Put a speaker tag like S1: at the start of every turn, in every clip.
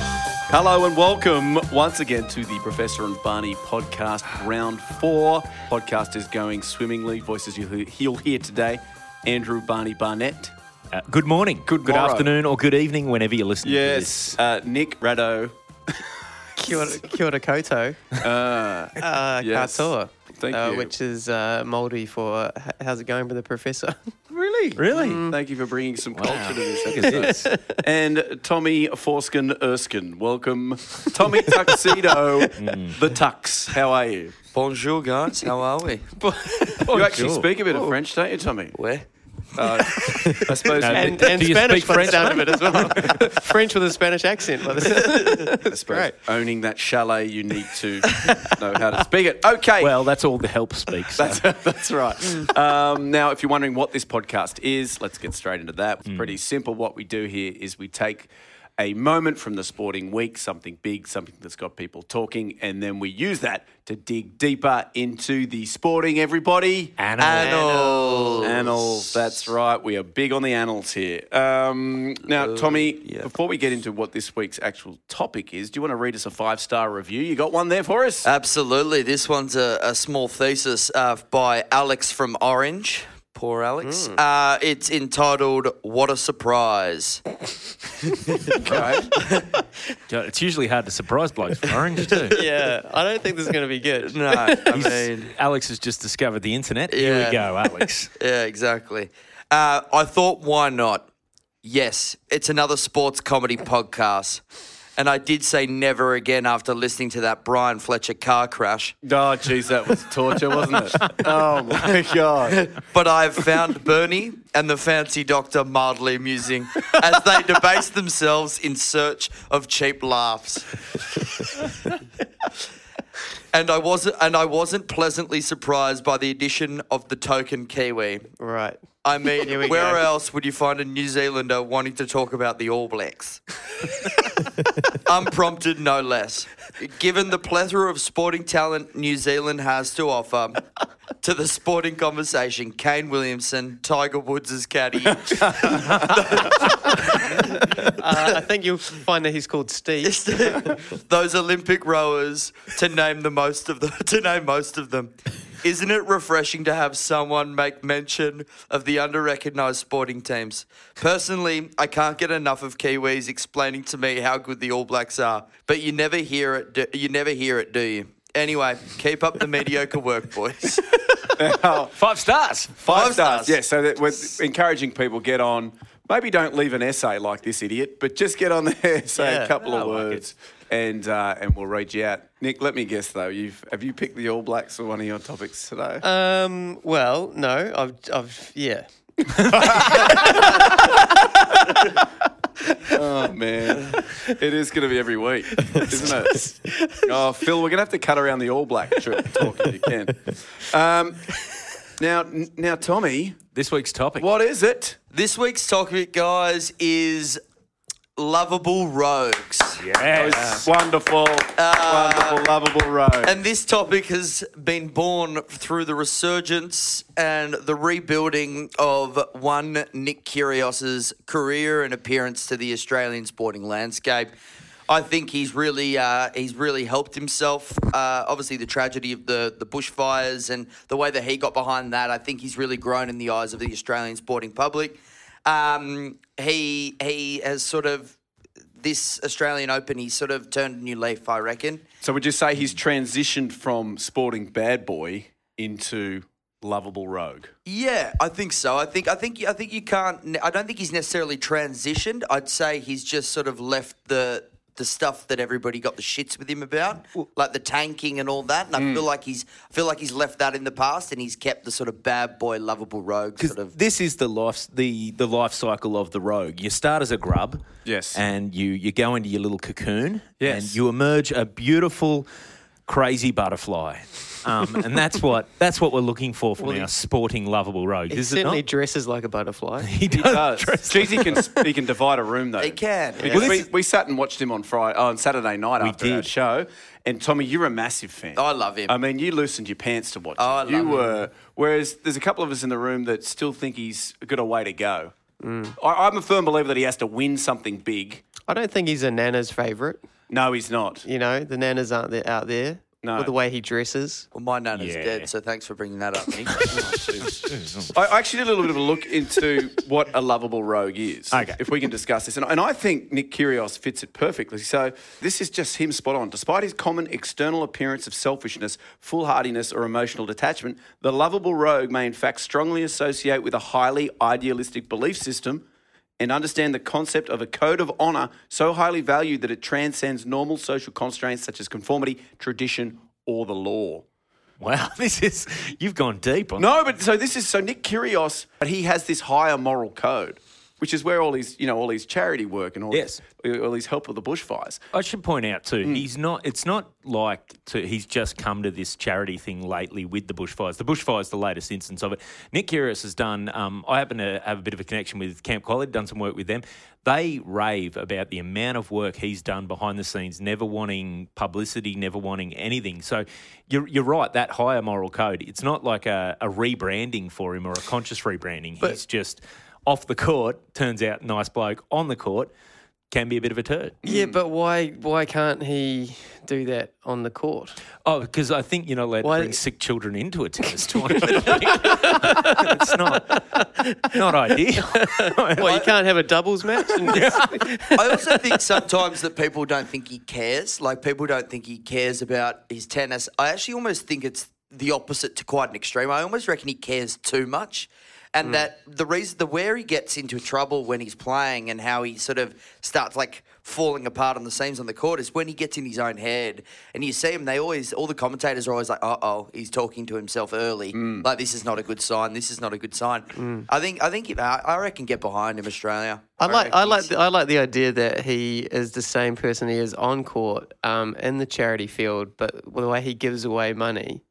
S1: Hello and welcome once again to the Professor and Barney podcast, round four. Podcast is going swimmingly. Voices you'll you'll hear today Andrew Barney Barnett.
S2: Uh, good morning,
S1: Good
S2: good
S1: morrow.
S2: afternoon, or good evening, whenever you're listening.
S1: Yes. Uh, Nick Rado.
S3: Kia ora, kia ora koutou. uh,
S1: yes.
S3: Katoa.
S1: Thank
S3: uh,
S1: you.
S3: Which is uh, Māori for h- how's it going for the professor?
S1: Really?
S2: Really?
S1: Thank you for bringing some culture to this
S2: to this. Look at this.
S1: and Tommy Forskin Erskine. Welcome, Tommy Tuxedo, the Tux. How are you?
S4: Bonjour, guys. How are we?
S1: you actually
S2: sure.
S1: speak a bit of French, don't you, Tommy?
S4: Where?
S1: Uh, I suppose
S3: and
S2: Uh, do
S3: and
S2: you
S3: Spanish
S2: speak
S3: by
S2: French,
S3: the sound of it as well. French with a Spanish accent. by the-
S1: I suppose owning that chalet, you need to know how to speak it. Okay.
S2: Well, that's all the help speaks.
S1: That's, that's right. Um, now, if you're wondering what this podcast is, let's get straight into that. It's
S4: Mm.
S1: pretty simple. What we do here is we take a moment from the sporting week, something big, something that's got people talking, and then we use that to dig deeper into the sporting everybody.
S2: Anna.
S4: Annals.
S1: Annals, that's right. We are big on the annals here. Um, now, Tommy,
S4: Oh, yeah.
S1: before we get into what this week's actual topic is, do you want to read us a five star review? You got one there for us?
S4: Absolutely. This one's a, a small thesis uh, by Alex from Orange. Poor Alex. Uh, it's entitled What a Surprise.
S1: okay.
S2: It's usually hard to surprise blokes from Orange too.
S3: yeah, I don't think this is going to be good.
S4: No, I
S2: He's-
S4: mean.
S2: Alex has just discovered the internet. Here
S4: Yeah.
S2: we go, Alex.
S4: Yeah, exactly. Uh, I thought, why not? Yes, it's another sports comedy podcast. And I did say never again after listening to that Brian Fletcher car crash.
S1: Oh, jeez, that was torture, wasn't it? oh, my God.
S4: But I've found Bernie and the fancy doctor mildly amusing as they debase themselves in search of cheap laughs. and I wasn't and I wasn't pleasantly surprised by the addition of the token Kiwi.
S3: Right.
S4: I mean,
S3: Here we
S4: where
S3: go.
S4: else would you find a New Zealander wanting to talk about the All Blacks? Unprompted, no less. Given the plethora of sporting talent New Zealand has to offer to the sporting conversation, Kane Williamson, Tiger Woods' caddy.
S3: Uh, I think you'll find that he's called Steve.
S4: those Olympic rowers to name the most of the to name most of them. Isn't it refreshing to have someone make mention of the under-recognized sporting teams? Personally, I can't get enough of Kiwis explaining to me how good the All Blacks are, but you never hear it. Do, you never hear it, do you? Anyway, keep up the mediocre work, boys.
S1: Five
S2: Five stars.
S4: Five
S1: stars.
S4: stars.
S1: Yes, so that we're encouraging people get on. Maybe don't leave an essay like this idiot, but just get on there, say a
S3: Yeah,
S1: couple
S2: I
S1: of
S2: like it.
S1: words, and uh, and we'll read you out. Nick, let me guess though, you've have you picked the All Blacks for one of your topics today?
S3: Um, well, no, I've, I've, yeah.
S1: oh man, it is going to be every week, isn't it? Oh, Phil, we're going to have to cut around the All Black trip talk if you can. Um, now, now, Tommy,
S2: This week's topic.
S1: what is it?
S4: this week's topic, guys, is lovable rogues.
S2: Yes.
S1: Wonderful, wonderful, lovable road.
S4: And this topic has been born through the resurgence and the rebuilding of one Nick Kyrgios's career and appearance to the Australian sporting landscape. I think he's really uh, he's really helped himself. Uh, obviously, the tragedy of the the bushfires and the way that he got behind that, I think he's really grown in the eyes of the Australian sporting public. Um, he he has sort of this Australian Open. He's sort of turned a new leaf, I reckon.
S1: So would you say he's transitioned from sporting bad boy into lovable rogue?
S4: Yeah, I think so. I think I think I think you can't. ne- I don't think he's necessarily transitioned. I'd say he's just sort of left the the stuff that everybody got the shits with him about, like the tanking and all that. And I
S2: Mm.
S4: feel like he's I feel like he's left that in the past, and he's kept the sort of bad boy, lovable rogue sort of.
S2: This is the life the the life cycle of the rogue. You start as a grub,
S1: Yes.
S2: and you you go into your little cocoon,
S1: Yes.
S2: and you emerge a beautiful, crazy butterfly, um, and that's what that's what we're looking for from our sporting lovable rogue.
S3: He
S2: is it
S3: certainly
S2: not?
S3: dresses like a butterfly.
S2: he does. dress-
S1: Jeez, he can he can divide a room though.
S4: He can, yeah.
S1: Because
S2: Well,
S1: we,
S2: this-
S1: we sat and watched him on Friday on Saturday night after our
S2: did.
S1: show. And Tommy, you're a massive fan.
S4: I love him.
S1: I mean, you loosened your pants to watch
S4: I
S1: him. you
S4: love him.
S1: were. Whereas there's a couple of us in the room that still think he's got a way to go. I, I'm a firm believer that he has to win something big.
S3: I don't think he's a Nana's favourite.
S1: No, he's not.
S3: You know, the nanas aren't there, out there.
S1: No.
S3: With the way he dresses.
S4: Well, my nana's
S2: Yeah.
S4: dead, so thanks for bringing that up, Nick.
S1: I I actually did a little bit of a look into what a lovable rogue is.
S2: Okay.
S1: If we can discuss this. And, and I think Nick Kyrgios fits it perfectly. So this is just him spot on. Despite his common external appearance of selfishness, foolhardiness, or emotional detachment, the lovable rogue may in fact strongly associate with a highly idealistic belief system and understand the concept of a code of honor so highly valued that it transcends normal social constraints such as conformity, tradition, or the law.
S2: Wow, this is you've gone deep on
S1: No, but so this is so Nick Kyrgios, but he has this higher moral code, which is where all his you know all his charity work and all
S2: Yes.
S1: his, all his help with the bushfires.
S2: I should point out too, he's not. It's not like to, he's just come to this charity thing lately with the bushfires. The bushfires, the latest instance of it. Nick Kyrgios has done. Um, I happen to have a bit of a connection with Camp College. Done some work with them. They rave about the amount of work he's done behind the scenes, never wanting publicity, never wanting anything. So you're, you're right. That higher moral code. It's not like a, a rebranding for him or a conscious rebranding. he's just off the court. Turns out, nice bloke on the court. Can be a bit of a turd.
S3: Yeah, but why why can't he do that on the court?
S2: Oh, because I think you're not allowed
S3: Why-
S2: to bring sick children into a tennis tournament. it's not not ideal.
S3: Well, you can't have a doubles match. And
S4: I also think sometimes that people don't think he cares. Like people don't think he cares about his tennis. I actually almost think it's the opposite to quite an extreme. I almost reckon he cares too much.
S3: Hmm.
S4: And that the reason the where he gets into trouble when he's playing and how he sort of starts like falling apart on the seams on the court is when he gets in his own head. And you see him, they always all the commentators are always like, uh oh, he's talking to himself early.
S3: Hmm.
S4: Like this is not a good sign, this is not a good sign. I think I think if, I I reckon get behind him, Australia.
S3: I like I
S4: reckon
S3: like
S4: he's-
S3: the, I like the idea that he is the same person he is on court um, in the charity field, but the way he gives away money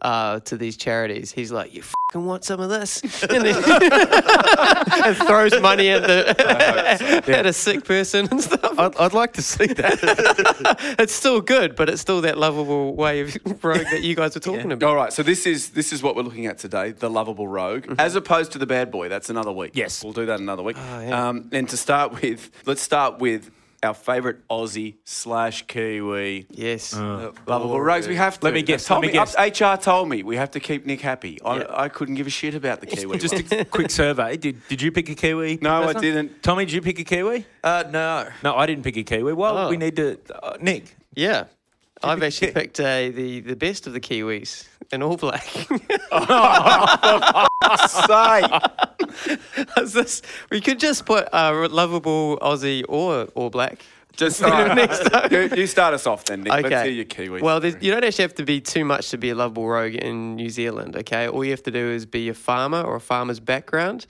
S3: uh, to these charities, he's like, "You fucking want some of this?" and, then and throws money at the at a sick person and stuff.
S2: I'd, I'd like to see that.
S3: it's still good, but it's still that lovable way of rogue that you guys were talking about.
S1: All right, so this is this is what we're looking at today: the lovable rogue, as opposed to the bad boy. That's another week.
S2: Mm-hmm. Yes. Oh,
S1: we'll do that another week.
S3: yeah.
S1: um, and to start with, let's start with our favourite Aussie slash Kiwi.
S3: Yes.
S2: Uh,
S1: Lovable rogues, we have to. Uh,
S2: Let me guess,
S1: Told
S2: let me guess.
S1: HR told me we have to keep Nick happy. I, I couldn't give a shit about the Kiwi.
S2: Just
S1: one.
S2: a quick survey. Did, did you pick a kiwi?
S1: No, I
S2: Last night?
S1: didn't.
S2: Tommy, did you pick a kiwi?
S4: uh, no.
S2: No, I didn't pick a kiwi. Well,
S3: Oh.
S2: we need to. Uh, Nick,
S3: yeah. I've actually picked uh, the the best of the Kiwis, an All Black.
S1: Say.
S3: Is this- we could just put uh, lovable Aussie or All Black.
S1: Just start, you, you start us off then, Nick.
S3: Okay.
S1: Let's hear your Kiwi.
S3: Well, there's- you don't actually have to be too much to be a lovable rogue in New Zealand. Okay, all you have to do is be a farmer or a farmer's background,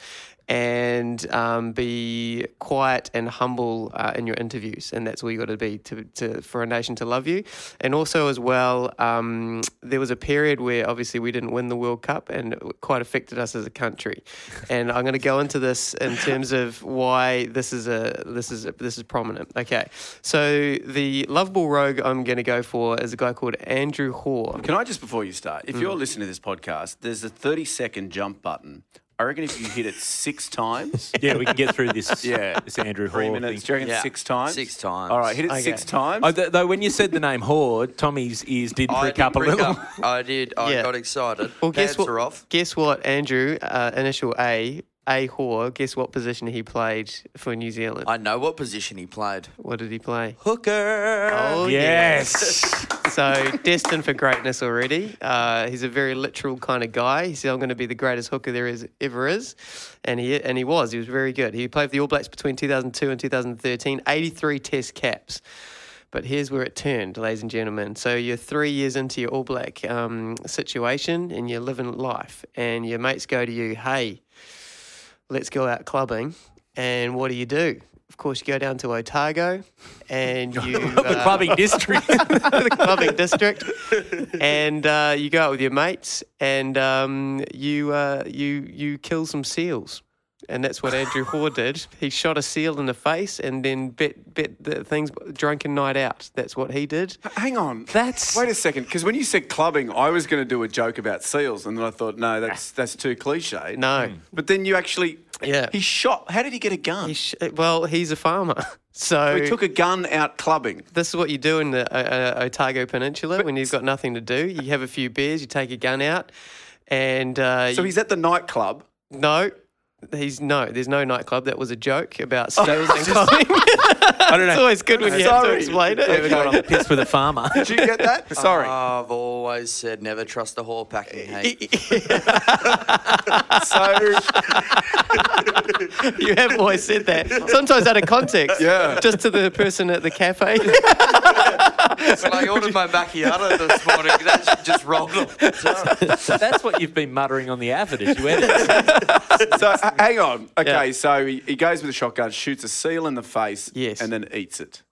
S3: and um, be quiet and humble uh, in your interviews, and that's all you got to be to, to for a nation to love you. And also as well, um, there was a period where obviously we didn't win the World Cup, and it quite affected us as a country. and I'm going to go into this in terms of why this is a this is this is prominent. Okay, so the lovable rogue I'm going to go for is a guy called Andrew Hoare.
S1: Can I just before you start,
S3: Mm.
S1: if you're listening to this podcast, there's a 30 second jump button. I reckon if you hit it six times,
S2: yeah, we can get through this.
S1: Yeah.
S2: this Andrew
S1: three
S2: Hoare
S1: minutes.
S2: thing.
S1: Do you reckon
S4: Yeah.
S1: six times?
S4: Six times.
S1: All right, hit it
S3: Okay.
S1: six times.
S2: Oh, th- though when you said the name Hoare, Tommy's ears did prick up a
S4: did prick
S2: little.
S4: up. I did. I
S3: Yeah.
S4: got excited.
S3: Well, guess
S4: Pants
S3: what?
S4: are off.
S3: Guess what, Andrew? Uh, initial A, A Hoare. Guess what position he played for New Zealand?
S4: I know what position he played.
S3: what did he play?
S4: Hooker.
S3: Oh
S2: Yes.
S3: So destined for greatness already. Uh, he's a very literal kind of guy. He said, "I'm going to be the greatest hooker there is ever is," and he and he was. He was very good. He played for the All Blacks between 2002 and 2013, 83 Test caps. But here's where it turned, ladies and gentlemen. So you're three years into your All Black um, situation, and you're living life, and your mates go to you, "Hey, let's go out clubbing," and what do you do? Of course, you go down to Otago, and you
S2: the
S3: uh,
S2: clubbing district.
S3: the clubbing district, and uh, you go out with your mates, and um, you uh, you you kill some seals. and that's what Andrew Hoare did. He shot a seal in the face and then bet bet the things drunken night out. That's what he did.
S1: Hang on.
S3: That's-
S1: wait a second, because when you said clubbing, I was going to do a joke about seals, and then I thought, no, that's that's too cliche.
S3: Ah. No. Mm.
S1: But then you actually,
S3: Yeah.
S1: he shot. How did he get a gun?
S3: He sh- well, he's a farmer, so
S1: he took a gun out clubbing.
S3: this is what you do in the uh, uh, Otago Peninsula when you've got nothing to do. You have a few beers, you take a gun out, and uh,
S1: So he's at the nightclub.
S3: no. He's no, there's no nightclub. That was a joke about
S1: Oh.
S3: sales and clubbing.
S2: I don't
S3: it's
S2: know.
S3: always good when you have to
S1: Sorry.
S3: explain it. Ah.
S1: Okay.
S2: Got off the piss with a farmer.
S1: Did you get that? Sorry.
S4: I've always said never trust a whore packing
S3: Eh,
S4: hate.
S1: so
S3: You have always said that. Sometimes out of context.
S1: Yeah.
S3: Just to the person at the cafe.
S4: when I ordered my macchiato this morning, that shit just rolled off the tongue.
S2: That's what you've been muttering on the avid as you edit.
S1: so h- hang on. Okay,
S3: Yeah.
S1: so he, he goes with a shotgun, shoots a seal in the face,
S3: Yes.
S1: and then eats it.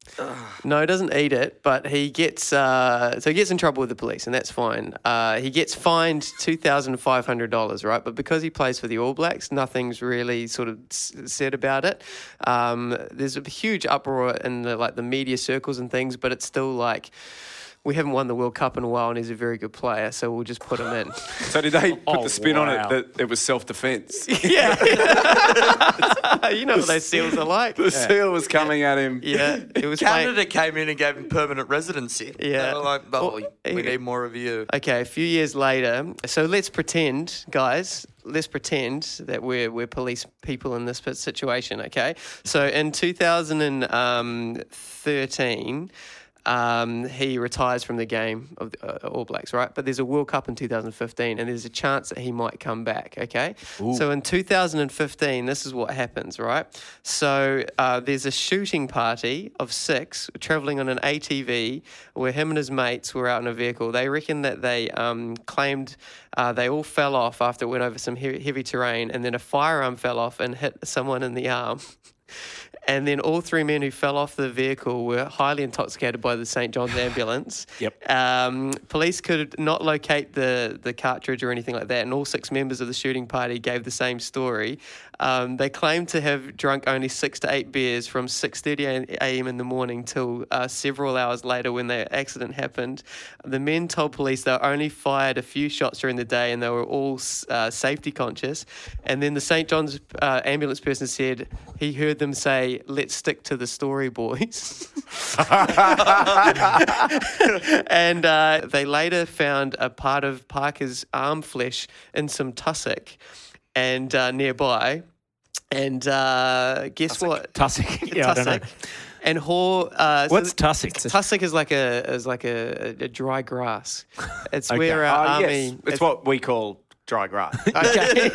S3: no, he doesn't eat it, but he gets uh, so he gets in trouble with the police, and that's fine. Uh, he gets fined two thousand five hundred dollars, right? But because he plays for the All Blacks, nothing's really sort of s- said about it. Um, there's a huge uproar in the like the media circles and things, but it's still like. We haven't won the World Cup in a while, and he's a very good player, so we'll just put him in.
S1: So did they put
S2: Oh,
S1: the spin
S2: wow.
S1: on it that it was self-defense?
S3: yeah, you know what those seals are like.
S1: The seal was coming at him.
S3: Yeah, it was
S4: Canada
S3: playing.
S4: came in and gave him permanent residency.
S3: Yeah.
S4: They were like, oh,
S3: Well, eh.
S4: we
S3: he-
S4: need more of you.
S3: Okay, a few years later. So let's pretend, guys. Let's pretend that we're we're police people in this situation. Okay. So in 2013. Um, he retires from the game of the uh, All Blacks, right? But there's a World Cup in 2015, and there's a chance that he might come back. Okay, so in 2015, this is what happens, right? So uh, there's a shooting party of six traveling on an ATV where him and his mates were out in a vehicle. They reckon that they um, claimed uh, they all fell off after it went over some he- heavy terrain, and then a firearm fell off and hit someone in the arm. And then all three men who fell off the vehicle were highly intoxicated by the St. John's ambulance.
S2: Yep.
S3: Um, police could not locate the, the cartridge or anything like that, and all six members of the shooting party gave the same story. Um, they claimed to have drunk only six to eight beers from 6.30 a.m. in the morning till uh, several hours later when the accident happened. The men told police they only fired a few shots during the day and they were all uh, safety conscious. And then the St. John's uh, ambulance person said he heard them say, let's stick to the story, boys. and uh, they later found a part of Parker's arm flesh in some tussock and uh, nearby. And uh, guess what?
S2: Tussock. Yeah, I don't know.
S3: Tussock. And Hoare. Uh, so
S2: What's
S3: th-
S2: tussock?
S3: Tussock is like a is like a, a dry grass. It's where
S1: Uh,
S3: our
S2: Oh,
S3: army.
S1: yes, it's what we call dry grass.
S3: okay.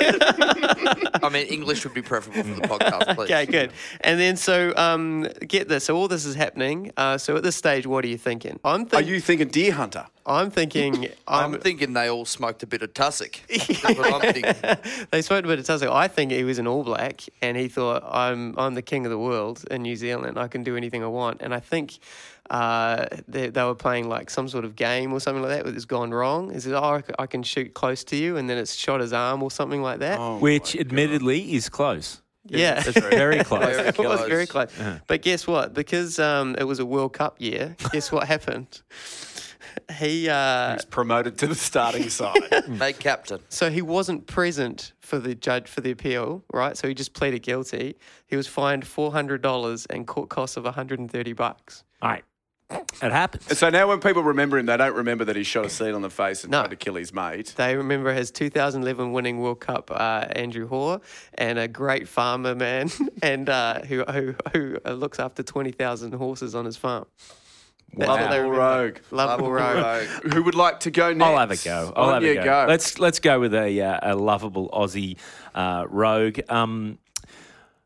S4: I mean, English would be preferable for the podcast, please.
S3: okay, good. And then so um, get this. So all this is happening. Uh, so at this stage, what are you thinking? I'm
S1: Are
S3: thinking.
S1: you thinking deer hunter?
S3: I'm thinking. I'm,
S4: I'm thinking they all smoked a bit of tussock. That's what I'm thinking.
S3: they spoke about it. Tussock. I think he was an All Black, and he thought, "I'm I'm the king of the world in New Zealand. I can do anything I want." And I think uh, they, they were playing like some sort of game or something like that. It's gone wrong. He said, "Oh, I c- I can shoot close to you," and then it's shot his arm or something like that.
S1: Oh
S2: Which admittedly is close.
S3: yeah.
S2: Oh, It's very close.
S4: Very
S3: it was
S4: close.
S3: very close. But guess what? Because um, it was a World Cup year, guess what happened? He uh,
S1: It's promoted to the starting side.
S4: Mate, captain.
S3: so he wasn't present for the judge for the appeal, right? So he just pleaded guilty. He was fined four hundred dollars and court costs of one hundred and thirty bucks.
S2: All right. It happens.
S1: so now when people remember him, they don't remember that he shot a seal on the face and
S3: No.
S1: tried to kill his mate.
S3: They remember his 2011 winning World Cup, uh, Andrew Hoare, and a great farmer man, and uh, who, who who uh, looks after 20,000 horses on his farm. That's
S1: Love
S3: what they
S1: Bull
S3: remember.
S1: Rogue.
S3: Lovable Rogue.
S1: Who would like to go next?
S2: I'll have a go. I'll
S1: On
S2: have
S1: you
S2: a go.
S1: go.
S2: Let's let's go with a uh, a lovable Aussie uh, rogue. Um,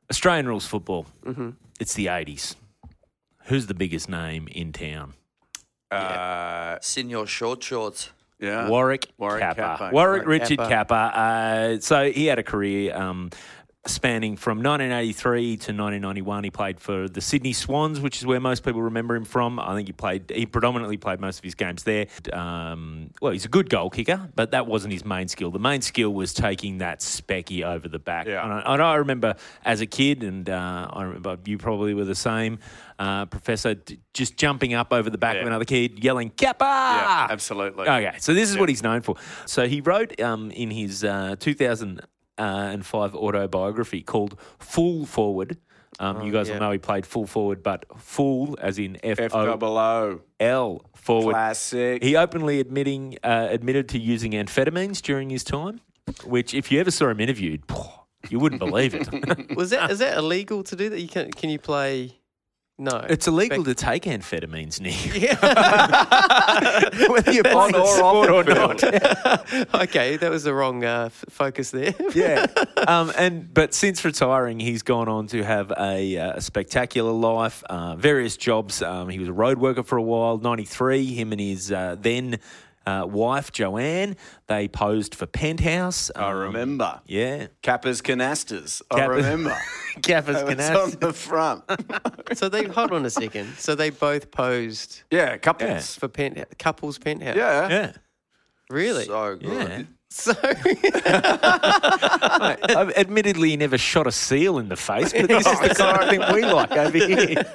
S2: Australian rules football.
S1: Mm-hmm.
S2: It's the eighties. Who's the biggest name in town?
S1: Uh,
S4: Senior short shorts.
S1: yeah.
S2: Warwick,
S1: Warwick
S2: Warwick Kappa.
S1: Kappa.
S2: Warwick Richard
S3: Kappa.
S2: Kappa. Uh, so he had a career um, spanning from 1983 to 1991. He played for the Sydney Swans, which is where most people remember him from. I think he played. He predominantly played most of his games there. Um, well, he's a good goal kicker, but that wasn't his main skill. The main skill was taking that specky over the back.
S1: Yeah.
S2: And, I, and I remember as a kid, and uh, I remember you probably were the same, uh, Professor, d- just jumping up over the back of
S1: Yeah.
S2: another kid, yelling "Kappa!"
S1: Yeah, absolutely.
S2: Okay, Oh, so this is what he's known for. So he wrote um, in his uh, 2005 autobiography called Full Forward. Um, you guys
S3: yeah.
S2: will know he played full forward, but full as in
S1: Oh, F
S2: F O
S1: double O.
S2: L forward.
S1: Classic.
S2: He openly admitting uh, admitted to using amphetamines during his time, which if you ever saw him interviewed, phew, you wouldn't believe it.
S3: Was that is that illegal to do that? You can can you play? No,
S2: it's illegal to take amphetamines, Nick.
S1: Whether you're on or off
S2: Sport
S1: the
S2: or
S1: field.
S2: not.
S3: okay. That was the wrong uh, f- focus there.
S2: yeah. Um, and but since retiring, he's gone on to have a, uh, a spectacular life, uh, various jobs. Um, he was a road worker for a while. Ninety three, him and his uh, then uh, wife Joanne, they posed for Penthouse.
S1: I
S2: Um,
S1: remember.
S2: Yeah,
S1: Kappa's canastas. I
S2: Kappa-
S1: remember.
S2: Gaffer's
S1: It was on the front.
S3: So they hold on a second. So they both posed
S1: yeah, couples.
S3: for penthouse couples penthouse.
S1: Yeah.
S2: Yeah,
S3: really.
S4: So good.
S2: yeah.
S3: So
S2: I've admittedly never shot a seal in the face, but this is the kind of thing we like over here.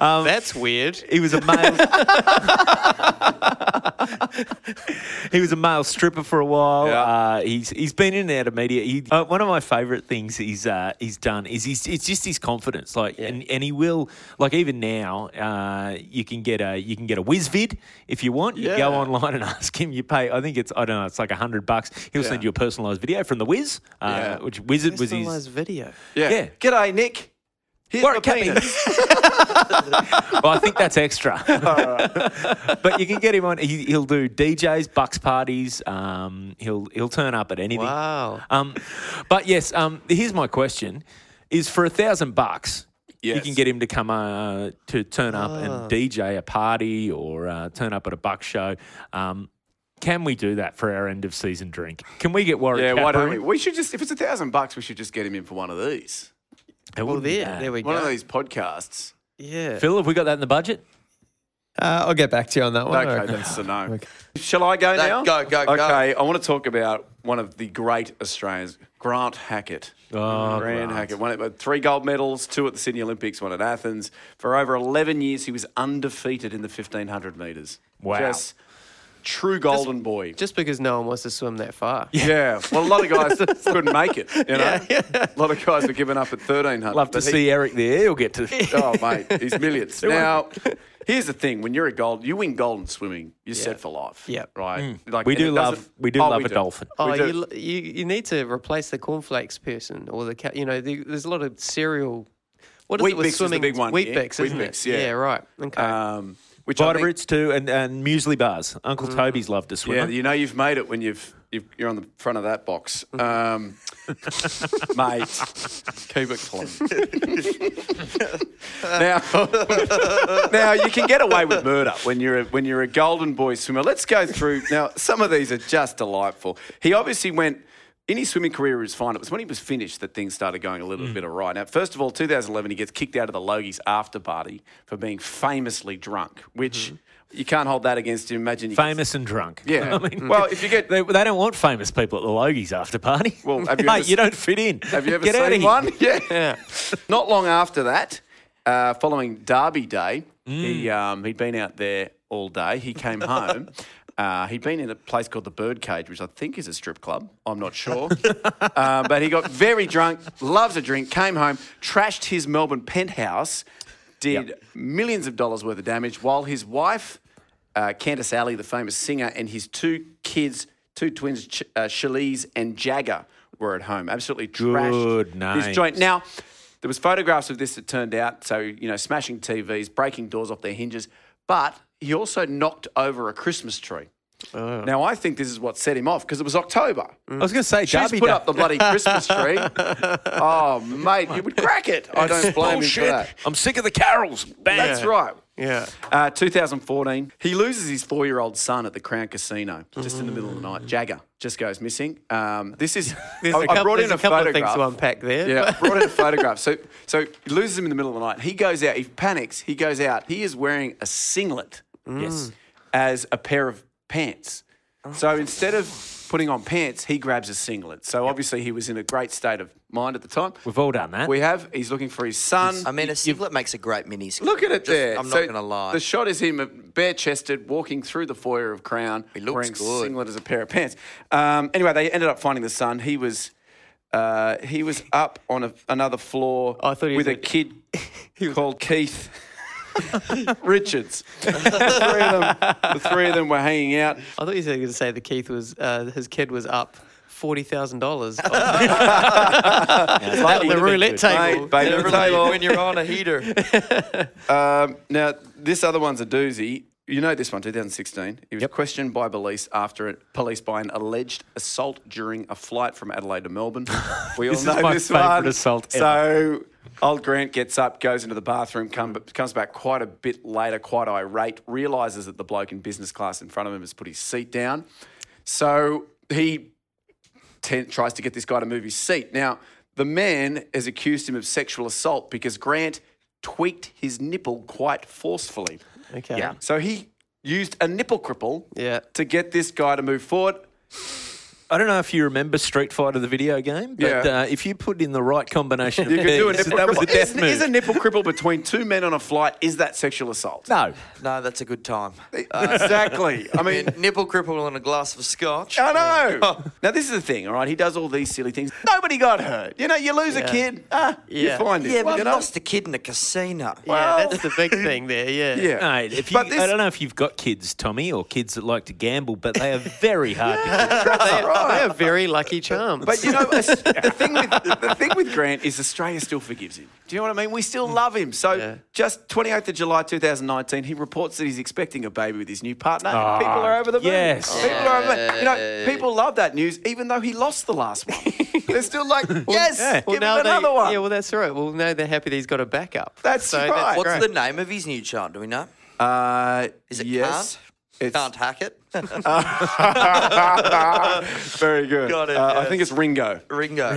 S3: that's weird.
S2: He was a male. he was a male stripper for a while.
S1: Yeah.
S2: Uh, he's he's been in and out of media. He, uh, one of my favourite things he's uh, he's done is he's, it's just his confidence. Like and, and he will like even now uh, you can get a you can get a whiz vid if you want. You
S1: Yeah.
S2: go online and ask him. You pay. I think it's I don't know. It's like a hundred bucks. He'll
S1: Yeah.
S2: send you a personalised video from the whiz, uh,
S1: Yeah.
S2: which wizard was his.
S3: Personalised video.
S1: Yeah.
S2: Yeah.
S1: G'day, Nick. Here's
S2: Warwick
S1: my
S2: Cappy.
S1: penis.
S2: well, I think that's extra. but you can get him on. He, he'll do DJs, bucks parties. Um, he'll he'll turn up at anything.
S3: Wow.
S2: Um, but yes, um, here's my question: Is for a thousand bucks, you
S1: Yes. Ah.
S2: can get him to come uh, to turn up and DJ a party or uh, turn up at a buck show. Um, can we do that for our end of season drink? Can we get Warwick?
S1: Yeah, why
S2: Capper
S1: don't we?
S2: in?
S1: We should just, if it's a thousand bucks, we should just get him in for one of these.
S2: That
S3: Well,
S2: wouldn't be
S3: there,
S2: bad.
S3: there we
S1: One
S3: go.
S1: of these podcasts.
S3: Yeah.
S2: Phil, have we got that in the budget?
S5: Uh, I'll get back to you on that one. I
S1: Okay,
S5: reckon.
S1: that's a no. Shall I go now?
S4: go, go, go.
S1: Okay, I want to talk about one of the great Australians, Grant Hackett.
S2: Oh,
S1: Grant
S2: Grant.
S1: Hackett won it, but three gold medals, two at the Sydney Olympics, one at Athens. For over 11 years, he was undefeated in the 1500 metres.
S2: Wow.
S1: Just true golden boy.
S3: Just because no one wants to swim that far.
S1: yeah, well, a lot of guys couldn't make it. You know, a lot of guys were giving up at 1300.
S2: Love to
S1: but he-
S2: see Eric there. He'll get to.
S1: Oh mate, he's millions. now, here's the thing: when you're a gold, you win gold in swimming, you're set for life.
S3: Yep.
S1: right. Like
S2: We
S1: and
S2: do
S1: it
S2: love-
S1: doesn't-
S2: we do love a dolphin.
S3: Mm. Oh,
S1: do.
S3: you, l- you you need to replace the cornflakes person or the cat. You know, the, there's a lot of cereal. What is
S1: Wheat
S3: it with
S1: Bix is the
S3: swimming?
S1: big one,
S3: Wheat
S1: yeah.
S3: Bix,
S1: Wheat
S3: isn't
S1: Bix,
S3: it?
S1: yeah.
S3: right. Okay.
S1: Um, which I think,
S2: Vitamins too, and, and muesli bars. Uncle Toby's loved to swim.
S1: Mm. yeah, you know you've made it when you've, you've you're on the front of that box, um, mate. Keep it clean. now, now you can get away with murder when you're a, when you're a golden boy swimmer. Let's go through now. Some of these are just delightful. He obviously went. In his swimming career, he was fine. It was when he was finished that things started going a little bit awry. Now, first of all, 2011, he gets kicked out of the Logies after party for being famously drunk, which you can't hold that against him. Imagine you get-
S2: Famous and drunk.
S1: Yeah. Mm.
S2: I mean,
S1: well, if you get
S2: they, they don't want famous people at the Logies after party.
S1: Well, have you
S2: Mate,
S1: ever-
S2: you don't fit in.
S1: Have you ever
S2: Get out of
S1: seen
S2: here.
S1: one? Yeah. Not long after that, uh, following Derby Day,
S2: Mm.
S1: he um, he'd been out there all day. He came home. Uh, he'd been in a place called the Birdcage, which I think is a strip club. I'm not sure. uh, but he got very drunk, loves a drink, came home, trashed his Melbourne penthouse, did millions of dollars worth of damage while his wife, uh, Candice Alley, the famous singer, and his two kids, two twins, Ch- uh, Shalise and Jagger, were at home. Absolutely trashed
S2: Good
S1: this
S2: names.
S1: joint. Now, there was photographs of this that turned out, so, you know, smashing TVs, breaking doors off their hinges, but he also knocked over a Christmas tree. Now, I think this is what set him off because it was October.
S2: I was going to say,
S1: She's
S2: Derby
S1: put
S2: Day.
S1: up the bloody Christmas tree. oh, mate, you would crack it. I don't blame him for
S2: Bullshit.
S1: that.
S2: I'm sick of the carols. Bang.
S1: That's right.
S3: Yeah.
S1: Uh, 2014, he loses his four year old son at the Crown Casino just in the middle of the night. Jagger just goes missing. Um, this is. I, I
S3: Couple-
S1: brought in
S3: there's
S1: a,
S3: couple
S1: photograph.
S3: of things to unpack there.
S1: Yeah,
S3: but-
S1: I brought in a photograph. So, so he loses him in the middle of the night. He goes out. He panics. He goes out. He is wearing a singlet
S2: Yes.
S1: as a pair of pants. So instead of putting on pants, he grabs a singlet. So obviously he was in a great state of mind at the time.
S2: We've all done that.
S1: We have. He's looking for his son.
S4: I mean, a singlet makes a great mini skirt.
S1: Look at it
S4: Just-
S1: there.
S4: I'm
S1: So
S4: not going to lie.
S1: The shot is him bare chested, walking through the foyer of Crown,
S4: He looks
S1: wearing
S4: good.
S1: singlet as a pair of pants. Um, anyway, they ended up finding the son. He was. Uh, he was up on a, another floor
S3: I thought he
S1: with
S3: was
S1: a,
S3: a-
S1: kid called Keith Richards. the, three of them, the three of them were hanging out.
S3: I thought you were going to say that Keith was uh, his kid was up forty thousand dollars. Oh,
S1: Bloody-
S3: the roulette table.
S1: Mate, baby
S4: Never
S1: table.
S4: leave when you're on a heater.
S1: Um, now, this other one's a doozy. You know this one, 2016. He was questioned by police after police by an alleged assault during a flight from Adelaide to Melbourne. We all
S2: This is
S1: know
S2: my
S1: this
S2: favourite
S1: one.
S2: assault
S1: So, old Grant gets up, goes into the bathroom, come, comes back quite a bit later, quite irate, realizes that the bloke in business class in front of him has put his seat down. So he ten, tries to get this guy to move his seat. Now, the man has accused him of sexual assault because Grant tweaked his nipple quite forcefully.
S3: okay.
S2: Yeah.
S1: So he used a nipple cripple
S3: Yeah.
S1: to get this guy to move forward.
S2: I don't know if you remember Street Fighter, the video game, but
S1: Yeah.
S2: uh, if you put in the right combination of
S1: You could do a
S2: things,
S1: nipple
S2: that
S1: cripple.
S2: was a death
S1: is,
S2: move.
S1: is a nipple cripple between two men on a flight, is that sexual assault? E,
S2: no.
S4: No, that's a good time.
S1: exactly. I mean,
S4: And nipple cripple and a glass of scotch.
S1: I know. now this is the thing, all right? He does all these silly things. Nobody got hurt. You know, you lose a kid, ah, you
S3: Yeah.
S1: find it.
S4: Yeah, but
S1: you
S4: I
S1: know?
S4: lost a kid in a casino.
S3: Yeah,
S1: Well-
S3: that's the big thing there. Yeah.
S1: Yeah.
S2: No, if you,
S1: But this-
S2: I don't know if you've got kids, Tommy, or kids that like to gamble, but they are very hard. to
S3: They, they are very lucky charms.
S1: But you know, as- the thing with the thing with Grant is Australia still forgives him. Do you know what I mean? We still love him. So
S3: Yeah.
S1: just 28th of July 2019, he reports that he's expecting a baby with his new partner.
S2: Ah,
S1: people are over the moon.
S2: yes.
S1: People are over the moon. You know, people love that news, even though he lost the last one. They're still like, yes,
S2: yeah.
S1: give him another
S3: they,
S1: one.
S3: Yeah, well, that's right. Well, now they're happy that he's got a backup.
S1: That's right.
S4: What's
S3: great.
S4: the name of his new chant? Do we know?
S1: uh,
S4: Is it
S1: yes.
S4: can't?
S1: It's-
S4: Can't hack it.
S1: Very good.
S4: Got it,
S1: Uh, I
S4: yes.
S1: think it's Ringo.
S4: Ringo.
S1: Um,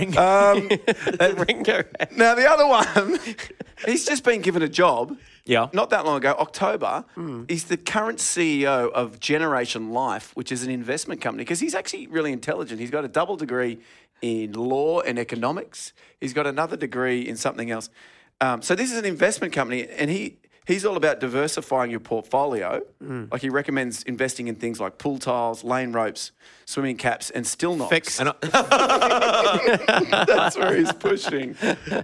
S3: Ringo.
S1: now the other one, he's just been given a job.
S2: Yeah.
S1: Not that long ago, October, he's the current CEO of Generation Life, which is an investment company, because he's actually really intelligent. He's got a double degree in law and economics, he's got another degree in something else. Um, so, this is an investment company, and he he's all about diversifying your portfolio. Like, he recommends investing in things like pool tiles, lane ropes, swimming caps, and still knocks.
S3: Fix.
S2: and I,
S1: That's where he's pushing.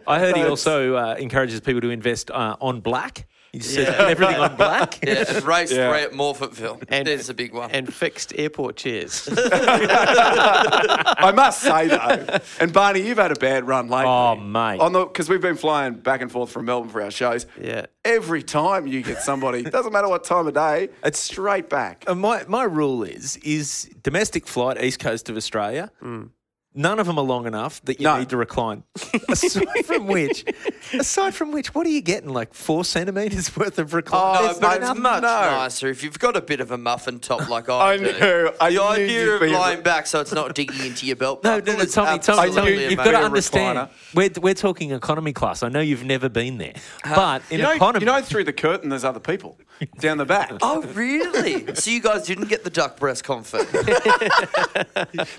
S2: I heard he
S1: That's-
S2: also uh, encourages people to invest uh, on black. He says "Put everything on black.
S4: yeah, and race three at Morfettville. There's a big one.
S3: And fixed airport chairs.
S1: I must say though, and Barney, you've had a bad run lately.
S2: Oh, mate.
S1: on the because we've been flying back and forth from Melbourne for our shows.
S3: Yeah.
S1: every time you get somebody, doesn't matter what time of day, it's straight back.
S2: Uh, my my rule is is domestic flight east coast of Australia.
S1: Mm.
S2: None of them are long enough that you
S1: No.
S2: need to recline. aside from which, aside from which, what are you getting? Like four centimeters worth of recline?
S1: Oh,
S4: no,
S2: There's
S4: but
S1: no-
S4: it's much
S1: no.
S4: nicer if you've got a bit of a muffin top like I,
S1: I
S4: do.
S1: know. I
S4: the
S1: knew you'd
S4: idea of
S1: be-
S4: lying back so it's not digging into your belt.
S2: No,
S4: buckle
S2: no, no,
S4: is
S2: Tommy, Tommy, Tommy,
S4: absolutely
S2: you've got to
S1: amazing.
S4: amazing.
S2: understand.
S1: Recliner. Uh,
S2: We're, we're talking economy class. I know you've never been there, but in
S1: You know,
S2: economy,
S1: you know, through the curtain, there's other people down the back.
S4: Oh, really? so you guys didn't get the duck breast comfort?